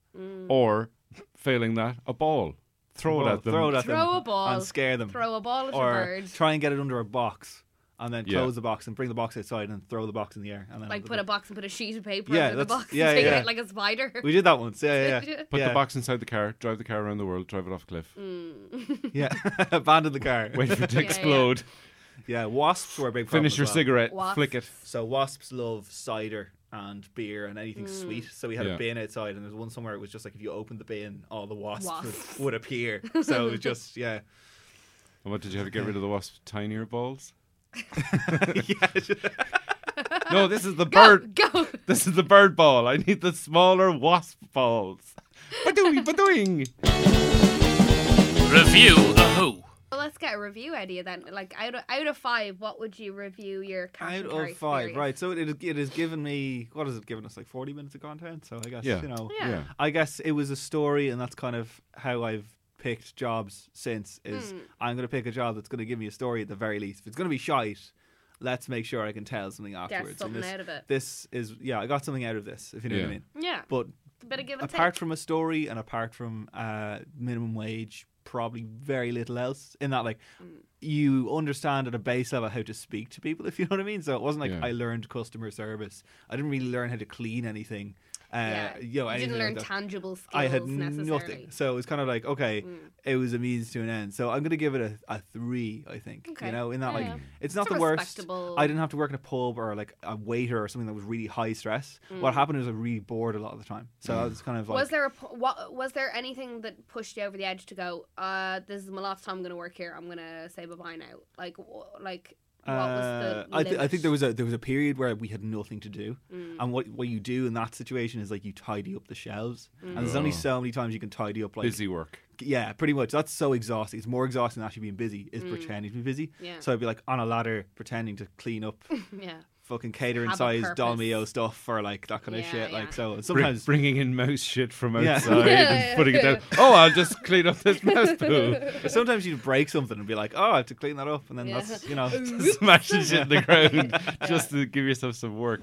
Speaker 1: or failing that, a ball. Throw
Speaker 4: throw
Speaker 1: it at them.
Speaker 4: Throw it at
Speaker 5: Throw
Speaker 4: them
Speaker 5: a ball.
Speaker 4: and scare them,
Speaker 5: Throw a ball at
Speaker 4: Um, or
Speaker 5: a bird.
Speaker 4: try and get it under a box, and then
Speaker 1: Yeah.
Speaker 4: close the box and bring the box outside and throw the box in the air, and then
Speaker 5: Like put a box and put a sheet of paper
Speaker 4: Yeah,
Speaker 5: under the
Speaker 4: that's-
Speaker 5: box
Speaker 4: yeah,
Speaker 5: and take it
Speaker 4: yeah.
Speaker 5: out like a spider.
Speaker 4: We did that once. Yeah, yeah, yeah.
Speaker 1: Put
Speaker 4: yeah.
Speaker 1: the box inside the car, drive the car around the world, drive it off a cliff,
Speaker 4: Yeah, abandon the car.
Speaker 1: wait for it
Speaker 5: Mm.
Speaker 1: to
Speaker 5: Yeah, yeah.
Speaker 1: explode,
Speaker 4: Yeah, wasps were a big. problem
Speaker 1: finish
Speaker 4: as
Speaker 1: your
Speaker 4: well.
Speaker 1: cigarette,
Speaker 5: Wasps.
Speaker 1: flick it.
Speaker 4: So wasps love cider and beer and anything sweet. So we had
Speaker 1: Yeah.
Speaker 4: a bin outside, and there's one somewhere. It was just like if you opened the bin, all the wasps,
Speaker 5: Wasps.
Speaker 4: Would, would appear. So it was just yeah,
Speaker 1: And what did you have to get rid of the wasp? Tinier balls?
Speaker 4: yeah.
Speaker 1: No, this is the
Speaker 5: Go,
Speaker 1: bird.
Speaker 5: go.
Speaker 1: This is the bird ball. I need the smaller wasp balls. Badooing, badooing.
Speaker 3: Review a who.
Speaker 2: Well, let's get a review idea then. Like out of, out of five, what would you review your cash
Speaker 4: Out
Speaker 2: and
Speaker 4: of
Speaker 2: carry
Speaker 4: five,
Speaker 2: experience?
Speaker 4: right? So it it has given me what has it given us like forty minutes of content. So I guess
Speaker 1: Yeah.
Speaker 4: you know,
Speaker 2: Yeah.
Speaker 1: Yeah.
Speaker 4: I guess it was a story, and that's kind of how I've picked jobs since. Is I'm going to pick a job that's going to give me a story at the very least. If it's going to be shite, let's make sure I can tell something afterwards. And
Speaker 2: something
Speaker 4: this,
Speaker 2: out of it.
Speaker 4: This is yeah, I got something out of this. If you know what
Speaker 1: Yeah.
Speaker 4: I mean.
Speaker 2: Yeah,
Speaker 4: But
Speaker 2: it's a bit of give and
Speaker 4: apart
Speaker 2: take.
Speaker 4: from a story and apart from uh, minimum wage, probably very little else. In that, like,
Speaker 2: Mm.
Speaker 4: you understand at a base level how to speak to people, if you know what I mean. So it wasn't like
Speaker 1: Yeah.
Speaker 4: I learned customer service. I didn't really learn how to clean anything. Uh,
Speaker 2: yeah,
Speaker 4: you know,
Speaker 2: you
Speaker 4: anything
Speaker 2: didn't
Speaker 4: like
Speaker 2: learn
Speaker 4: that.
Speaker 2: tangible skills.
Speaker 4: I had
Speaker 2: necessarily. Hmm. Mm.
Speaker 4: nothing. So it was kind of like, okay, it was a means to an end. So I'm going to give it a, a three, I think.
Speaker 2: Okay.
Speaker 4: You know, in that,
Speaker 2: Yeah,
Speaker 4: like,
Speaker 2: yeah.
Speaker 4: it's not
Speaker 2: It's a
Speaker 4: the worst.
Speaker 2: respectable-
Speaker 4: I didn't have to work in a pub or like a waiter or something that was really high stress. What happened was I was really bored a lot of the time. So I was kind of like.
Speaker 2: Mm. was there a po- what, was there anything that pushed you over the edge to go? Uh, this is my last time I'm gonna work here. I'm gonna say bye bye now. Like wh- like what was the?
Speaker 4: uh, I, th- I
Speaker 2: limit?
Speaker 4: think there was a there was a period where we had nothing to do,
Speaker 2: Mm.
Speaker 4: and what what you do in that situation is like you tidy up the shelves, and
Speaker 2: mm.
Speaker 4: there's only
Speaker 1: Oh.
Speaker 4: so many times you can tidy up like
Speaker 1: Busy work.
Speaker 4: yeah, pretty much. That's so exhausting. It's more exhausting than actually being busy is pretending to be busy.
Speaker 2: Mm. Yeah.
Speaker 4: So I'd be like on a ladder pretending to clean up
Speaker 2: yeah.
Speaker 4: fucking catering
Speaker 2: Have a
Speaker 4: size
Speaker 2: purpose.
Speaker 4: Dolmio stuff or like that kind of
Speaker 2: Yeah,
Speaker 4: shit.
Speaker 2: yeah.
Speaker 4: Like so
Speaker 1: Br-
Speaker 4: sometimes
Speaker 1: bringing in mouse shit from
Speaker 4: Yeah.
Speaker 1: outside and putting it down. Oh, I'll just clean up this mouse poo.
Speaker 4: sometimes you'd break something and be like, oh, I have to clean that up, and then
Speaker 2: Yeah.
Speaker 4: that's you know
Speaker 1: smashing shit in the ground just to give yourself some work.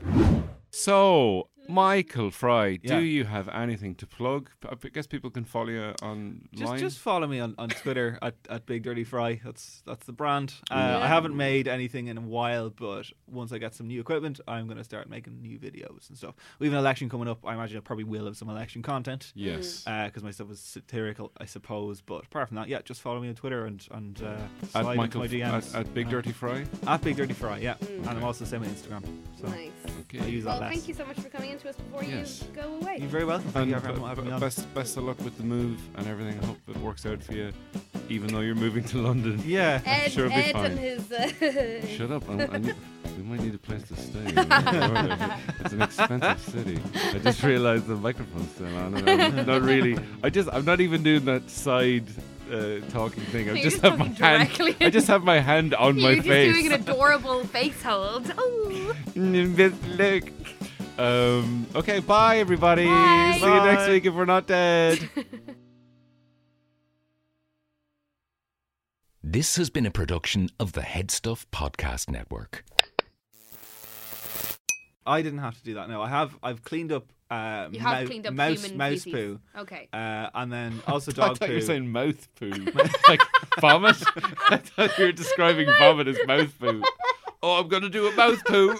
Speaker 1: So, Michael Fry,
Speaker 4: Yeah.
Speaker 1: do you have anything to plug? I p- guess people can follow you online.
Speaker 4: Just, just follow me on, on Twitter at, at Big Dirty Fry. That's that's the brand. Uh,
Speaker 2: Yeah.
Speaker 4: I haven't made anything in a while, but once I get some new equipment, I'm going to start making new videos and stuff. We have an election coming up. I imagine I probably will have some election content
Speaker 1: yes.
Speaker 4: because my stuff is satirical, I suppose. But apart from that, yeah, just follow me on Twitter and and uh, slide
Speaker 1: at Michael
Speaker 4: into my
Speaker 1: F-
Speaker 4: DMs
Speaker 1: at, at Big
Speaker 4: Uh,
Speaker 1: Dirty Fry.
Speaker 4: at Big Dirty Fry. Yeah, and I'm also the same on Instagram. So
Speaker 2: Mm. nice.
Speaker 4: I
Speaker 1: Okay.
Speaker 4: use that
Speaker 2: Well,
Speaker 4: less.
Speaker 2: thank you so much for coming into us before
Speaker 1: Yes.
Speaker 2: you go away.
Speaker 4: are very welcome. Thank
Speaker 1: And
Speaker 4: you for having-
Speaker 1: b-
Speaker 4: having
Speaker 1: b-
Speaker 4: me on.
Speaker 1: best best of luck with the move and everything. I hope it works out for you, even though you're moving to London.
Speaker 4: Yeah.
Speaker 2: Ed,
Speaker 1: sure it'll be
Speaker 2: Ed
Speaker 1: fine.
Speaker 2: and his. Uh,
Speaker 1: Shut up! I, I need, we might need a place to stay. it's an expensive city. I just realised the microphone's still on, and I'm not really. I just I'm not even doing that side uh, talking thing. I
Speaker 2: You're
Speaker 1: just
Speaker 2: just
Speaker 1: have my
Speaker 2: talking
Speaker 1: hand.
Speaker 2: directly
Speaker 1: I just have my hand on
Speaker 2: You're
Speaker 1: my
Speaker 2: just
Speaker 1: face.
Speaker 2: doing an adorable face hold. Oh.
Speaker 1: Look. Um, okay, bye everybody.
Speaker 2: Bye.
Speaker 1: See you next
Speaker 4: Bye.
Speaker 1: week if we're not dead.
Speaker 6: This has been a production of the Head Stuff Podcast Network.
Speaker 4: I didn't have to do that. No, I have. I've cleaned up. Uh,
Speaker 2: You have
Speaker 4: mou-
Speaker 2: cleaned up
Speaker 4: mouse
Speaker 2: human
Speaker 4: mouse
Speaker 2: feces.
Speaker 4: poo.
Speaker 2: Okay.
Speaker 4: Uh, and then also
Speaker 1: I
Speaker 4: dog
Speaker 1: thought you
Speaker 4: poo.
Speaker 1: were saying mouth poo, like vomit. I thought you were describing vomit as mouth poo. Oh, I'm gonna do a mouth poo.